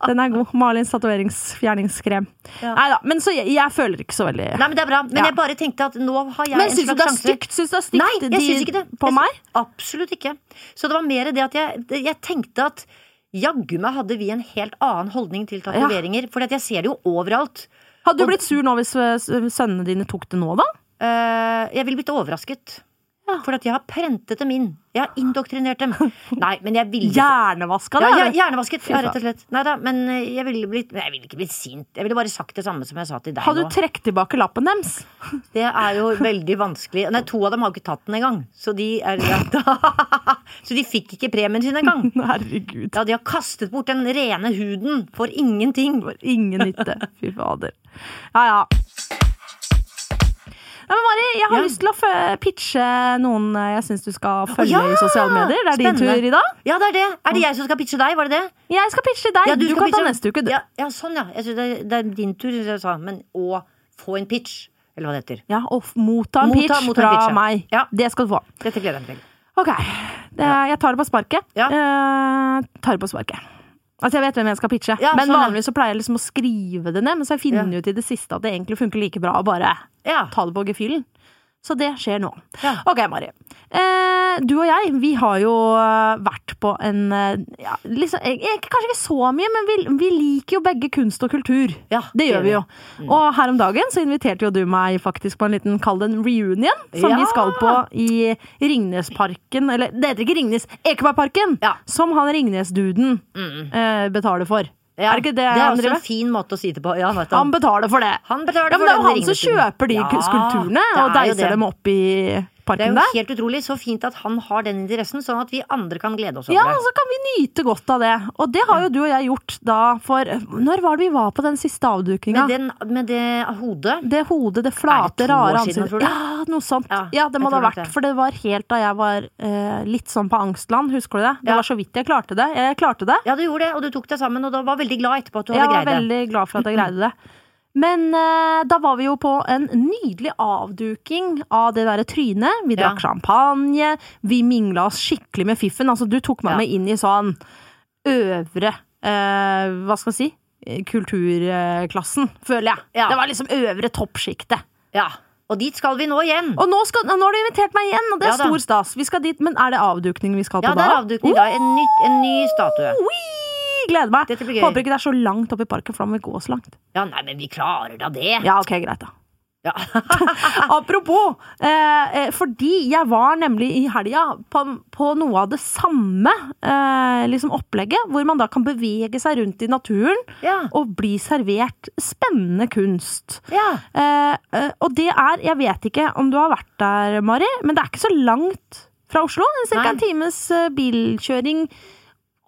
Den er god. Malins tatoveringsfjerningskrem.
Ja.
Nei da, men så jeg, jeg føler ikke så veldig
Nei, men det er bra. Men
Ja.
jeg bare tenkte at nå har jeg
Men
en
syns du det
slags
er
sjanse.
stygt? Syns du det er stygt
Nei, jeg
de-
syns ikke det.
på
Jeg-
meg?
Absolutt ikke. Så det var mer det at jeg, det- jeg tenkte at jaggu meg hadde vi en helt annen holdning til tatoveringer. For jeg ser det jo overalt.
Hadde du blitt sur nå hvis eh, s- sønnene dine tok det nå, da?
Eh, jeg ville blitt overrasket.
Ja.
For at jeg har prentet dem inn. Jeg har indoktrinert dem. Nei, men jeg ville
Hjernevaska
Ja,
det?
ja,
eller?
hjernevasket, ja,
faen.
rett og slett. Nei da, men eh, jeg ville blitt Nei, jeg ville ikke blitt sint. Jeg ville bare sagt det samme som jeg sa til deg
Hadde
nå.
du trukket tilbake lappen deres?
Det er jo veldig vanskelig. Nei, to av dem har jo ikke tatt den engang. Så de er Så de fikk ikke premien sin engang.
Herregud.
Ja, de har kastet bort den rene huden for ingenting.
For ingen nytte. Fy fader. Ja, ja. Nei, men Mari, jeg har
Ja.
lyst til å fø- pitche noen eh, jeg syns du skal følge
ja!
i sosiale medier. Det er din
Spennende.
tur i dag.
Ja, det er det. Er det jeg som skal pitche deg? Var det det?
Jeg skal pitche deg.
Ja,
du
skal
kan ta
pitche-
neste uke, du.
Ja, ja sånn, ja. Jeg synes det, er, det er din tur, som jeg sa. Men å få en pitch, eller hva det heter.
Ja, og f- motta en
Motta-
pitch
motta en
fra
pitch, ja.
meg.
Ja.
Det skal du få.
Dette gleder jeg meg til.
Ok, det, jeg tar det på sparket.
Ja.
Eh, tar det på sparket. Altså, jeg vet hvem jeg skal pitche,
Ja,
men
sånn, ja.
vanligvis så pleier jeg liksom å skrive det ned. Men så har jeg funnet ut i det siste at det egentlig funker like bra å bare
Ja.
ta det på gefühlen. Så det skjer nå.
Ja.
Ok, Mari. Eh, du og jeg, vi har jo eh, vært på en eh, ja, liksom, eh, ikke- Kanskje ikke så mye, men vi, vi liker jo begge kunst og kultur.
Ja,
det gjør
det
vi
gjør Mm.
jo. Og her om dagen så inviterte jo du meg faktisk på en liten, kall det en reunion, som
Ja.
vi skal på i Ringnesparken. Eller det heter ikke Ringnes, Ekebergparken!
Ja. Mm.
Som han Ringnes-duden eh, betaler for.
Ja,
er det ikke det,
er
han
også
driver
en
med?
fin måte å si det på. Ja, vet du.
Han betaler for det.
Han betaler
ja, men
for
det er jo
den
han som
Ringnes-duden.
kjøper de
Ja,
skulpturene
det
og
er jo
deiser
det.
dem opp i
det er
parken
jo
der.
helt utrolig. Så fint at han har den interessen, sånn at vi andre kan glede oss over
Ja,
det.
så kan vi nyte godt av det. Og det har jo du og jeg gjort da for Når var det vi var på den siste avdukinga?
Med,
Det,
den, med det hodet
hodet, det
Er det
flate,
to år
rare
siden,
ansiktet.
tror du?
Ja, noe sånt. Ja,
Ja,
det
jeg
må det ha
tror nok
vært.
det.
For det var helt da jeg var eh, litt sånn på angstland, husker du det? Det
Ja.
var så vidt jeg klarte det. Jeg klarte det.
Ja, du gjorde det, og du tok deg sammen, og du var veldig glad etterpå at du
Jeg
hadde
var
greid det.
veldig glad for at jeg greide det. Men eh, da var vi jo på en nydelig avduking av det derre trynet. Vi
Ja.
drakk champagne, vi mingla oss skikkelig med fiffen. Altså, du tok meg
Ja.
med inn i sånn øvre eh, Hva skal jeg si? eh, Kulturklassen, føler jeg.
Ja.
Det var liksom øvre toppsjiktet.
Ja. Og dit skal vi nå igjen.
Og nå, skal, nå har du invitert meg igjen, og det er
Ja da.
stor stas. Vi skal dit, Men er det avdukning vi skal
Ja,
på
det
da?
er avdukning i dag. En, ny- en ny statue.
Oi, gleder meg.
Dette blir gøy.
Håper ikke det er så langt opp i parken, for da må vi gå så langt.
Ja, nei, men vi klarer da det.
Ja, ok, greit da
Ja.
Apropos, eh, eh, fordi jeg var nemlig i helga på, på noe av det samme eh, liksom opplegget, hvor man da kan bevege seg rundt i naturen
ja.
og bli servert spennende kunst.
ja.
Eh, eh, og det er, jeg vet ikke om du har vært der, Mari, men det er ikke så langt fra Oslo. Det er
Nei.
Cirka en times eh, bilkjøring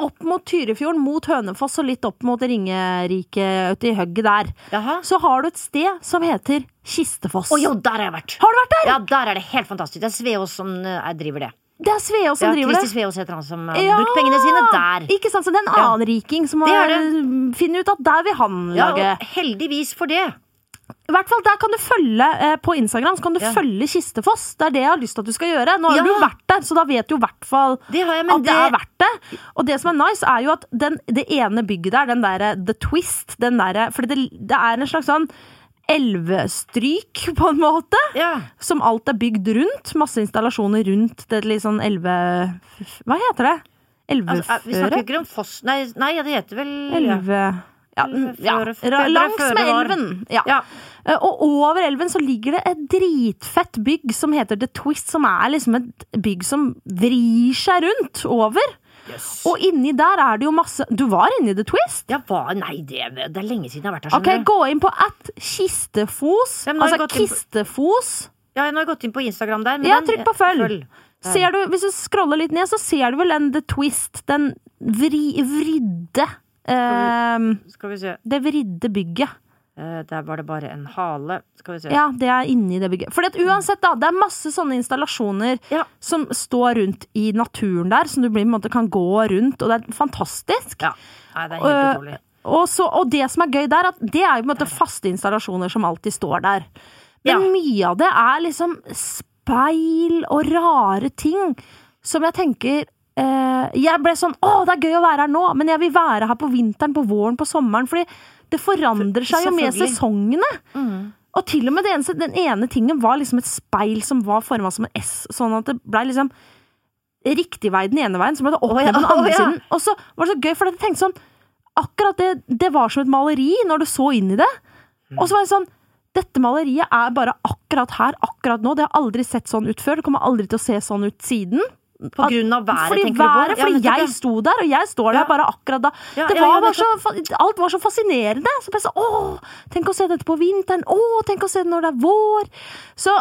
opp mot Tyrifjorden, mot Hønefoss og litt opp mot Ringerike uti høgget der.
Jaha.
Så har du et sted som heter Kistefoss.
Å jo, der har jeg vært.
Har du vært der?
Ja, der er det helt fantastisk. Det er Sveås som eh, driver det.
Det er Sveås som
Ja,
driver
Christer
det.
Sveås heter han som har
Ja,
brukt pengene sine der.
Ikke sant, så det er en
Ja.
annen riking som
Det
har mm,
er
finner ut at der vil han
Ja,
lage
og heldigvis for det.
I hvert fall der kan du følge eh, På Instagram så kan du
Ja.
følge Kistefoss. Det er det jeg har lyst til at du skal gjøre. Nå har
Ja.
du vært der, så da vet du i hvert fall
Det har jeg,
at
men
det er verdt det. Og det som er nice, er jo at den, det ene bygget der, den derre The Twist, den derre For det, det er en slags sånn elvestryk, på en måte.
ja.
Som alt er bygd rundt. Masse installasjoner rundt det litt sånn elve... Hva heter det?
altså, eh, Vi snakker
Elveføre?
jo ikke om Foss... Nei, nei ja, det heter vel ja.
Elve... Ja, ja.
Elveføre-
ra- Langs med
Føre var-
elven. Ja.
Ja.
Eh, Og over elven så ligger det et dritfett bygg som heter The Twist, som er liksom et bygg som vrir seg rundt over.
Yes.
Og inni der er det jo masse Du var inni The Twist?
ja, hva? Nei, det, det er lenge siden jeg har vært der.
Ok,
skjønner du.
gå inn på at Kistefos.
Ja, men nå har jeg
Altså
gått inn på-
Kistefos.
Ja, nå har jeg gått inn på Instagram der. men
Ja,
den-
trykk på følg.
Ja.
Ser du, hvis du scroller litt ned, så ser du vel den The Twist. Den vri, vridde ehm,
Skal vi se.
Det vridde bygget.
Eh, der var det bare en hale. Skal vi se.
Ja, det er inni det bygget. For uansett, da, det er masse sånne installasjoner
Ja.
som står rundt i naturen der, som du blir, på en måte, kan gå rundt, og det er fantastisk.
Ja. Nei, det er helt
Øh,
utrolig.
Og, så, og det som er gøy der, at det er jo på en måte faste installasjoner som alltid står der. Men
Ja.
mye av det er liksom speil og rare ting som jeg tenker eh, Jeg ble sånn Å, det er gøy å være her nå, men jeg vil være her på vinteren, på våren, på sommeren. Fordi det forandrer seg jo med
selvfølgelig. Mm.
sesongene. Og til og med det eneste, den ene tingen var liksom et speil som var forma som en S, sånn at det blei liksom riktig vei den ene veien, så ble det opp
Å, ja.
ned på den andre
Å, ja.
siden. Og så var det så gøy, for jeg tenkte sånn Akkurat det, det var som et maleri når du så inn i det.
Mm.
Og så var jeg sånn Dette maleriet er bare akkurat her, akkurat nå. Det har aldri sett sånn ut før. Det kommer aldri til å se sånn ut siden.
På grunn av været,
Fordi
tenker
været,
du på? Ja,
fordi
nettopp,
jeg sto der, og jeg står der
Ja.
bare akkurat da.
Ja,
det
ja,
var
ja,
bare så, fa- alt var så fascinerende. Så bare så, åh, tenk å se dette på vinteren. Åh, tenk å se det når det er vår. Så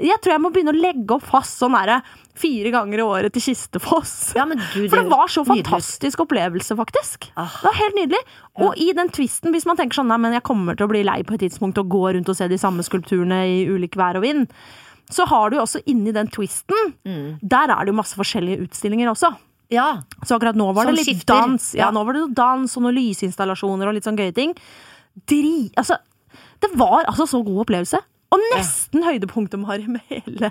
jeg tror jeg må begynne å legge opp fast sånn herre fire ganger i året til Kistefoss.
ja. ja, men du,
For det
høres
var så
nydelig ut.
fantastisk opplevelse, faktisk.
Ah.
Det var helt nydelig. Og i den tvisten, hvis man tenker sånn nei, men jeg kommer til å bli lei på et tidspunkt og gå rundt og se de samme skulpturene i ulik vær og vind, så har du jo også inni den twisten
Mm.
Der er det jo masse forskjellige utstillinger også.
Ja.
Så akkurat nå var
Som
det litt
skifter.
dans. Ja,
Ja.
nå var det noe dans og noen lysinstallasjoner og litt sånn gøye ting. Dri, altså, det var altså så god opplevelse. Og nesten høydepunktet, Mari, med hele,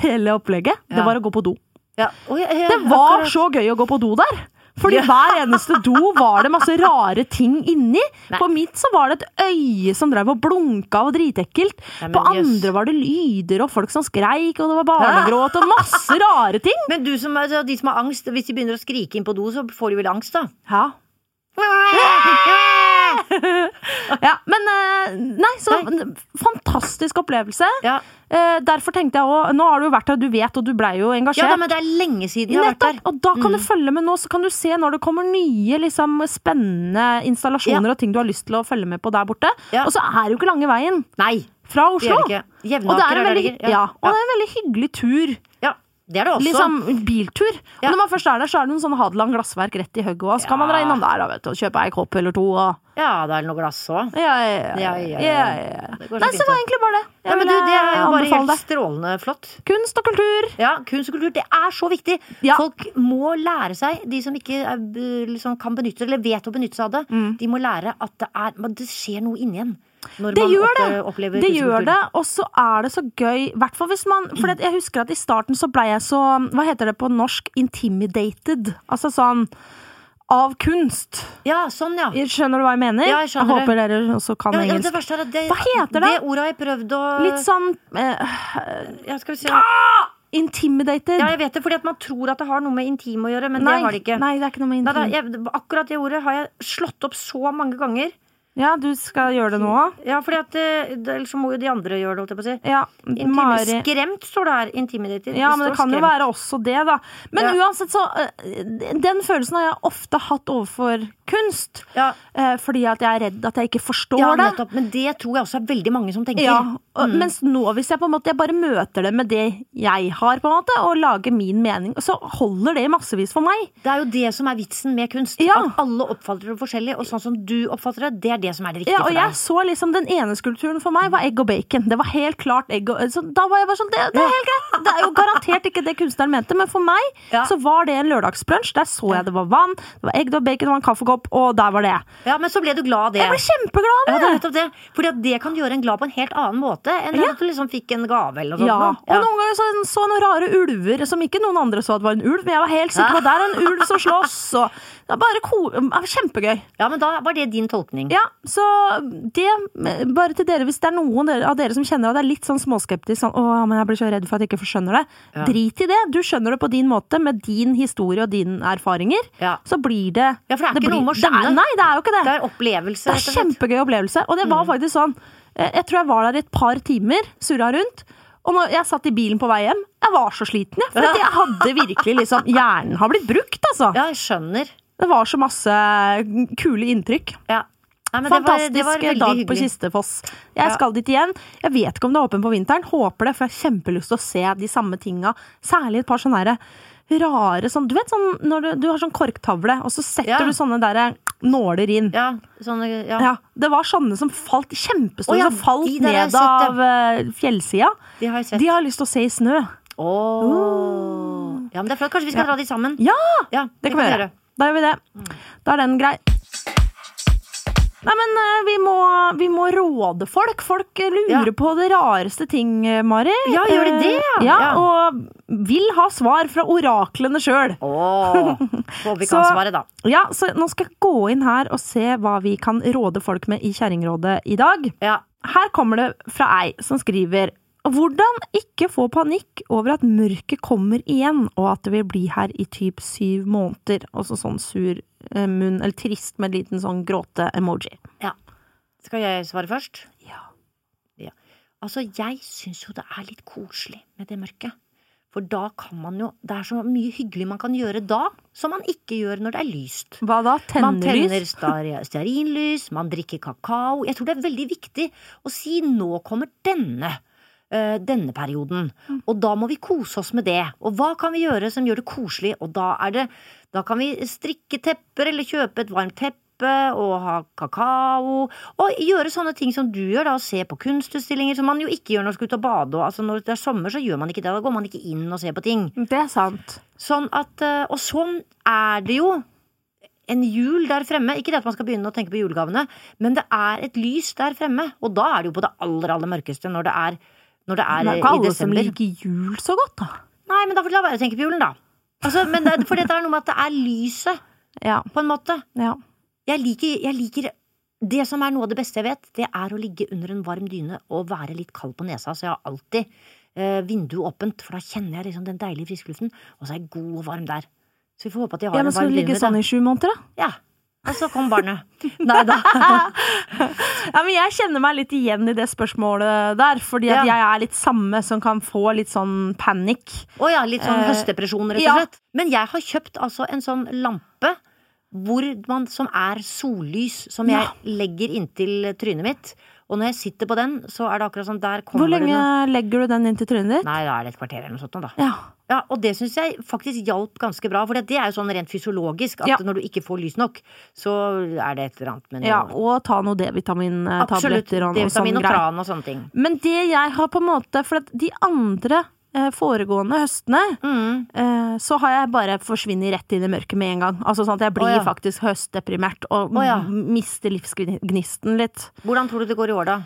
hele opplegget. Det
Ja.
var å gå på do.
ja. Å, ja, ja,
Det var
akkurat.
så gøy å gå på do der! Fordi hver eneste do var det masse rare ting inni. På mitt så var det et øye som drev og blunka og dritekkelt.
Nei, men
På
jøss.
andre var det lyder og folk som skreik, og det var barnegråt og masse rare ting.
Men du som, altså, de som har angst, hvis de begynner å skrike inn på do, så får de vel angst, da?
Ja, ja men eh, Nei, så en fantastisk opplevelse.
Ja,
Eh, Derfor tenkte jeg òg Nå har du jo vært her, du vet, og du blei jo engasjert.
ja da, men det er lenge siden jeg har vært der. Mm.
Nettopp! Og da kan du følge med nå, så kan du se når det kommer nye liksom, spennende installasjoner og ting du har lyst til å følge med på der borte.
Ja.
Og så er det jo ikke lange veien
Nei,
fra
det
Oslo.
gjør det ikke.
Og det er en
Jevnaker er der
veldig,
det ligger.
ja,
Ja,
og det er en veldig hyggelig tur.
ja. Det er det også.
Liksom biltur. Og
Ja.
når man først er der, så er det noen sånne Hadeland glassverk rett i hugget òg. Så kan man dra
Ja.
innom der da, vet du, og kjøpe ei kopp eller to og
Ja, da er det noe glass òg.
Ja, ja, ja.
Ja, ja, ja.
ja, ja, ja.
Det går så
Nei, så
fint,
det var egentlig bare det.
Ja, men du, det er jo bare
anbefaler
helt
det.
strålende flott.
Kunst og kultur.
Ja, Kunst og kultur det er så viktig!
Ja.
Folk må lære seg, de som ikke er, b- liksom, kan benytte eller vet å benytte seg av det,
Mm.
de må lære at det, er, men det skjer noe inni en. Når
Det
man
gjør
oppe-
det!
opplever
Det
kunst og
gjør
kultur.
det, og så er det så gøy hvert fall hvis man For jeg husker at i starten så blei jeg så Hva heter det på norsk? Intimidated. Altså sånn av kunst.
Ja, sånn, ja. ja,
Skjønner du hva jeg mener?
Ja, jeg skjønner
håper dere også kan
ja det
engelsk.
verste er at det,
Hva heter det?
det ordet har jeg prøvd å
Litt sånn eh,
ja, Skal vi se.
intimidated.
Ja, jeg vet det, fordi at man tror at det har noe med intim å gjøre, men
nei,
det har det ikke.
nei, det er ikke noe med
Nei, da,
intim.
jeg, akkurat det ordet har jeg slått opp så mange ganger.
Ja, du skal gjøre det nå?
Ja, fordi at eh, det- Ellers så må jo de andre gjøre det, holdt jeg på å si.
Ja.
Intim-
Mari
Skremt står det her. Intimidated.
Ja, men det
står
kan jo
skremt.
være også det, da. Men
Ja.
uansett, så eh, Den følelsen har jeg ofte hatt overfor kunst.
Ja.
Eh, fordi at jeg er redd at jeg ikke forstår
Ja,
det.
nettopp. Mm. Men det tror jeg også er veldig mange som tenker.
Ja, og, Mens nå, hvis jeg på en måte jeg bare møter det med det jeg har, på en måte, og lager min mening, så holder det i massevis for meg.
Det er jo det som er vitsen med kunst.
Ja.
At alle oppfatter det forskjellig, og sånn som du oppfatter det, det er det som er det riktige
Ja, og
for
jeg
deg.
så liksom Den ene skulpturen for meg var egg og bacon. Det var helt klart egg og så Da var jeg bare sånn Det, det er helt greit! Det er jo garantert ikke det kunstneren mente, men for meg
Ja.
så var det en lørdagsbrunsj. Der så jeg det var vann, det var egg, det var bacon, det var en kaffekopp, og der var det.
Ja, men så ble du glad av det.
Jeg ble kjempeglad av
Ja,
det!
det er nettopp det. Fordi at det kan gjøre en glad på en helt annen måte enn
Ja.
at du liksom fikk en gave eller noe
Ja,
sånt.
og noen ganger så, så jeg noen rare ulver som ikke noen andre så at var en ulv, men jeg var helt sikker på at det er en ulv som slåss, og det er bare ko det er kjempegøy.
ja, men da var det din tolkning.
Ja, så det, bare til dere, hvis det er noen dere- av dere som kjenner at det er litt sånn småskeptisk, sånn, åh, men jeg blir så redd for at jeg ikke skjønner det,
Ja.
drit i det, du skjønner det på din måte, med din historie og dine erfaringer,
Ja.
så blir det...
Ja, for det er ikke noe med å
det er-
skjønne.
Nei, det er jo ikke det.
Det er Mm. opplevelse.
Det
rett og
er
slett.
kjempegøy opplevelse. Og det var faktisk sånn eh, Jeg tror jeg var der i et par timer, surra rundt. Og når jeg satt i bilen på vei hjem, jeg var så sliten, jeg. For at jeg hadde virkelig liksom Hjernen har blitt brukt, altså.
Ja, jeg skjønner.
Det var så masse kule inntrykk.
Ja. Nei, men det var-
Fantastisk
det var veldig
dag på
hyggelig.
Kistefoss. Jeg skal dit igjen. Jeg vet ikke om det er åpen på vinteren. Håper det, for jeg har kjempelyst til å se de samme tinga. Særlig et par sånne her rare sånn Du vet sånn når du, du har sånn korktavle, og så setter
Ja.
du sånne derre nåler inn.
Ja, sånne, ja.
Ja, det var sånne som falt kjempestore,
Å ja,
som falt
de der har jeg
ned
sett, ja.
av eh, fjellsida.
De har jeg sett.
De har lyst til å se i snø.
Åh. Ja, men det er flott. Kanskje vi skal dra dit sammen?
Ja!
Ja,
Det kan vi gjøre. Da gjør vi det.
Mm.
Da er den grei. Nei, men eh, vi må, vi må råde folk. Folk eh, lurer
Ja.
på det rareste ting, eh, Mari.
Ja, gjør de
Eh,
det, ja?
ja?
Ja.
Og vil ha svar fra oraklene sjøl.
Åh, håper vi
Så-
kan svare, da.
Ja, så nå skal jeg gå inn her og se hva vi kan råde folk med i Kjerringrådet i dag.
Ja.
Her kommer det fra ei som skriver Hvordan ikke få panikk over at mørket kommer igjen, og at det vil bli her i typ syv måneder. Og så sånn sur eh, munn, eller trist med en liten sånn gråte-emoji.
ja. Skal jeg svare først?
Ja.
Ja. Altså, jeg syns jo det er litt koselig med det mørket. For da kan man jo Det er så mye hyggelig man kan gjøre da, som man ikke gjør når det er lyst.
Hva da?
Man tenner
Tennelys?
star- stearinlys, man drikker kakao. Jeg tror det er veldig viktig å si nå kommer denne. eh, Denne perioden. Og da må vi kose oss med det. Og hva kan vi gjøre som gjør det koselig? Og da er det Da kan vi strikke tepper, eller kjøpe et varmt teppe, og ha kakao. Og gjøre sånne ting som du gjør, da. Og se på kunstutstillinger, som man jo ikke gjør når man skal ut og bade. Og, altså, når det er sommer, så gjør man ikke det. Da går man ikke inn og ser på ting.
Det er sant.
Sånn at, eh, og sånn er det jo en jul der fremme. Ikke det at man skal begynne å tenke på julegavene, men det er et lys der fremme. Og da er det jo på det aller, aller mørkeste når det er, når det er
Det er
eh,
ikke
i
alle som
desember.
liker jul så godt, da.
Nei, men da får vi la være å tenke på julen, da. Altså, men det, for det er noe med at det er lyset
Ja.
på en måte.
ja.
Jeg liker, jeg liker Det som er noe av det beste jeg vet, det er å ligge under en varm dyne og være litt kald på nesa, så jeg har alltid eh, vinduet åpent, for da kjenner jeg liksom den deilige friske luften, og så er jeg god og varm der. Så vi får håpe at jeg har
ja men
en
skal
varm
du ligge
dyne.
sånn i sju måneder, da?
da. Ja. Og så kom barnet. Nei da.
Ja, men Jeg kjenner meg litt igjen i det spørsmålet der, fordi at
Ja.
jeg er litt samme som kan få litt sånn panikk.
Å ja, litt sånn
Eh,
høstdepresjon, rett
ja.
og slett. Men jeg har kjøpt altså en sånn lampe hvor man, som er sollys, som jeg
Ja.
legger inntil trynet mitt. Og når jeg sitter på den, så er det akkurat sånn der kommer
Hvor lenge
det noe
legger du den inntil trynet ditt?
Nei, da er det et kvarter eller noe sånt nå, da.
Ja.
Ja, og det syns jeg faktisk hjalp ganske bra, for det, det er jo sånn rent fysiologisk at
Ja.
når du ikke får lys nok, så er det et eller annet med noe
ja, og ta noen
Absolutt.
D-vitamintabletter og noe sånn
D-vitamin og
greier.
tran og sånne ting.
Men det jeg har på en måte For at de andre eh, foregående høstene
Mm.
eh, så har jeg bare forsvunnet rett inn i mørket med en gang. Altså sånn at Jeg blir
Å, ja.
faktisk høstdeprimert og
Å, ja.
m- mister livsgnisten litt.
Hvordan tror du det går i år, da?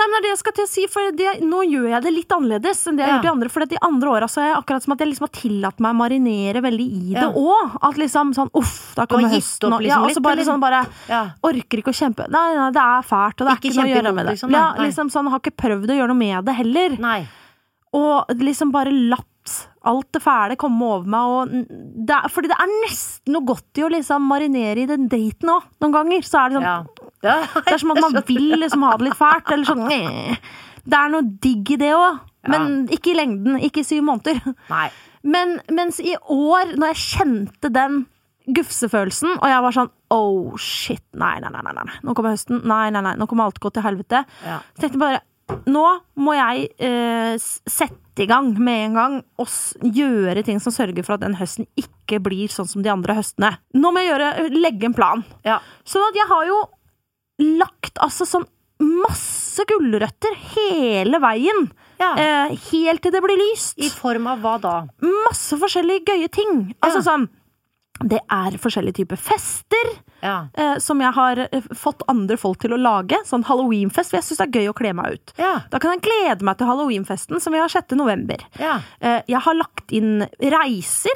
Nei, men det er det jeg skal til å si, for det, nå gjør jeg det litt annerledes enn det jeg har
Ja.
gjort de andre. For de andre åra så er jeg akkurat som at jeg liksom har tillatt meg å marinere veldig i det
Ja.
òg. At liksom sånn uff, da
Du har
kommer
gitt
høsten
opp
og-
liksom
Ja, og
litt,
så bare
eller?
sånn bare
Ja.
Orker ikke å kjempe. Nei, nei, det er fælt, og det er
Ikke
ikke, noe å
kjempe
gjøre med
imot,
det.
liksom, nei,
ja,
nei.
liksom sånn, Har ikke prøvd å gjøre noe med det heller.
Nei.
Og liksom bare latt alt det fæle komme over meg. Og n- det er, fordi det er nesten noe godt i å liksom marinere i den daten òg, noen ganger. Så er det sånn
Ja. ja.
det er som at man vil liksom ha det litt fælt. Eller sånn. eh. Det er noe digg i det òg. Men ikke i lengden. Ikke i syv måneder.
Nei.
Men mens i år, når jeg kjente den gufsefølelsen, og jeg var sånn Oh shit, nei, nei, nei, nei, nei. nå kommer høsten. Nei, nei, nei, nå kommer alt gå til helvete.
Ja.
Så tenkte jeg bare Nå må jeg eh, s- sette i gang med en gang og s gjøre ting som sørger for at den høsten ikke blir sånn som de andre høstene. Nå må jeg gjøre, legge en plan.
Ja.
Sånn at jeg har jo lagt altså sånn masse gulrøtter hele veien.
ja.
Eh, helt til det blir lyst.
I form av hva da?
Masse forskjellige gøye ting. Altså
Ja.
sånn Det er forskjellige typer fester.
Ja.
Eh, som jeg har eh, fått andre folk til å lage. Sånn halloweenfest. For jeg syns det er gøy å kle meg ut.
Ja.
Da kan jeg glede meg til halloweenfesten som vi har 6. november.
Ja.
Eh, jeg har lagt inn reiser.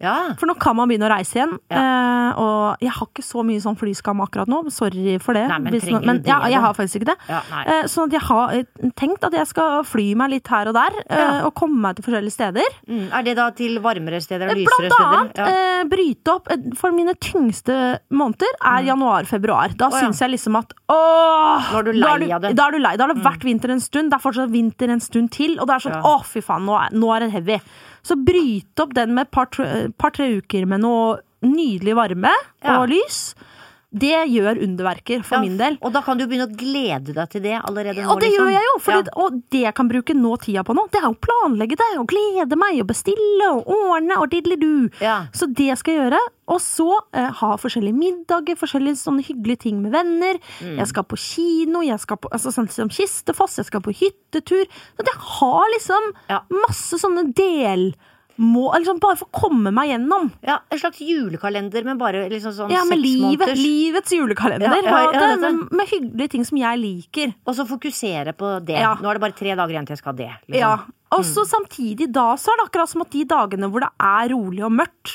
ja.
For nå kan man begynne å reise igjen. Eh, og jeg har ikke så mye sånn flyskam akkurat nå. Sorry for det.
Nei, men
hvis
trenger
noen- men
du det,
ja, jeg
da?
har faktisk ikke det.
Ja, nei.
Eh, sånn at jeg har eh, tenkt at jeg skal fly meg litt her og der. eh,
Ja.
Og komme meg til forskjellige steder.
Mm. Er det da til varmere steder og lysere
Eh, Blant annet
steder? Ja.
eh, bryte opp eh, for mine tyngste måneder er januar-februar. Da
Mm. ja.
syns jeg liksom at åh,
Nå er du
da
lei av det. Mm.
Da er du lei. Da har det vært vinter en stund, det er fortsatt vinter en stund til. Og det er sånn
Ja.
åh, fy faen, nå er, nå er det heavy. Så bryte opp den med et par, tr- par-tre uker med noe nydelig varme
Ja.
og lys. Det gjør underverker for
Ja,
min del.
Og da kan du begynne å glede deg til det allerede nå,
Og det gjør jeg jo! Fordi,
liksom, ja.
Og det jeg kan bruke nå tida på nå, det er å planlegge det, og glede meg, og bestille, og ordne, og didelidu.
Ja.
Så det skal jeg gjøre. Og så eh, ha forskjellige middager, forskjellige sånne hyggelige ting med venner.
Mm.
Jeg skal på kino, jeg skal på altså, sånn som Kistefoss, jeg skal på hyttetur. Så at jeg har liksom
Ja.
masse sånne delmål liksom, Bare for å komme meg gjennom.
Ja, En slags julekalender, men bare liksom sånn
Ja, med
seks
livet.
måneders.
Livets julekalender.
Ja, ja,
har jeg
ja,
det,
dette.
med, med hyggelige ting som jeg liker.
Og så fokusere på det.
Ja.
Nå er det bare tre dager igjen til jeg skal ha det. liksom.
Ja. Og så samtidig da, så er det akkurat som at de dagene hvor det er rolig og mørkt,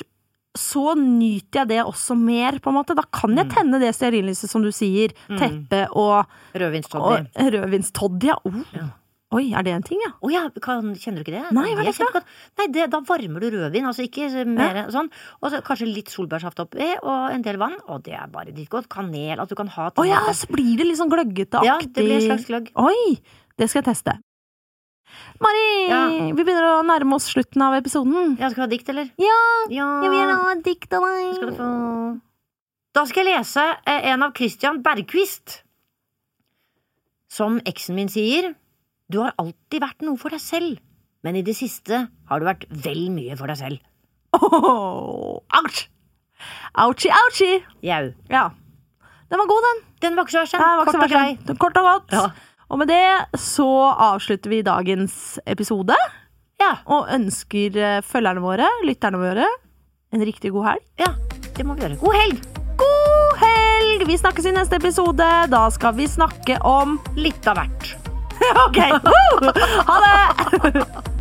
så nyter jeg det også mer, på en måte. Da kan
Mm.
jeg tenne det stearinlyset, som du sier. Teppe og,
Rødvinstoddy.
og rødvinstoddy. Ja. Oh. Oi, er det en ting, ja?
Å ja, kan, kjenner du ikke det?
Nei, hva er
Jeg
det for
kjenner godt- Nei, det, Da varmer du rødvin, altså ikke mer sånn. Og så kanskje litt solbærsaft oppi, og en del vann. Og det er bare ditt godt. Kanel. At du kan ha
Å ja, så blir det litt sånn gløggete-aktig.
Ja, det blir en slags gløgg.
Oi! Det skal jeg teste. Mari,
Ja.
vi begynner å nærme oss slutten av episoden.
Ja, skal du ha dikt, eller?
Ja,
Ja.
jeg vil ha et dikt av deg.
Skal du få Da skal jeg lese eh, en av Christian Bergquist. Som eksen min sier, du har alltid vært noe for deg selv, men i det siste har du vært vel mye for deg selv.
Åh, ouch! Ouchie, ouchie!
Jau.
Ja. Den var god, den.
Den var ikke så verst,
Nei, den
den.
var ikke så
Kort og grei.
verst, den. Kort og godt.
Ja.
Og med det så avslutter vi dagens episode
Ja,
og ønsker eh, følgerne våre, lytterne våre, en riktig god helg.
ja, det må vi gjøre. God helg!
God helg! Vi snakkes i neste episode. Da skal vi snakke om
Litt av hvert.
OK! Woo! Ha det!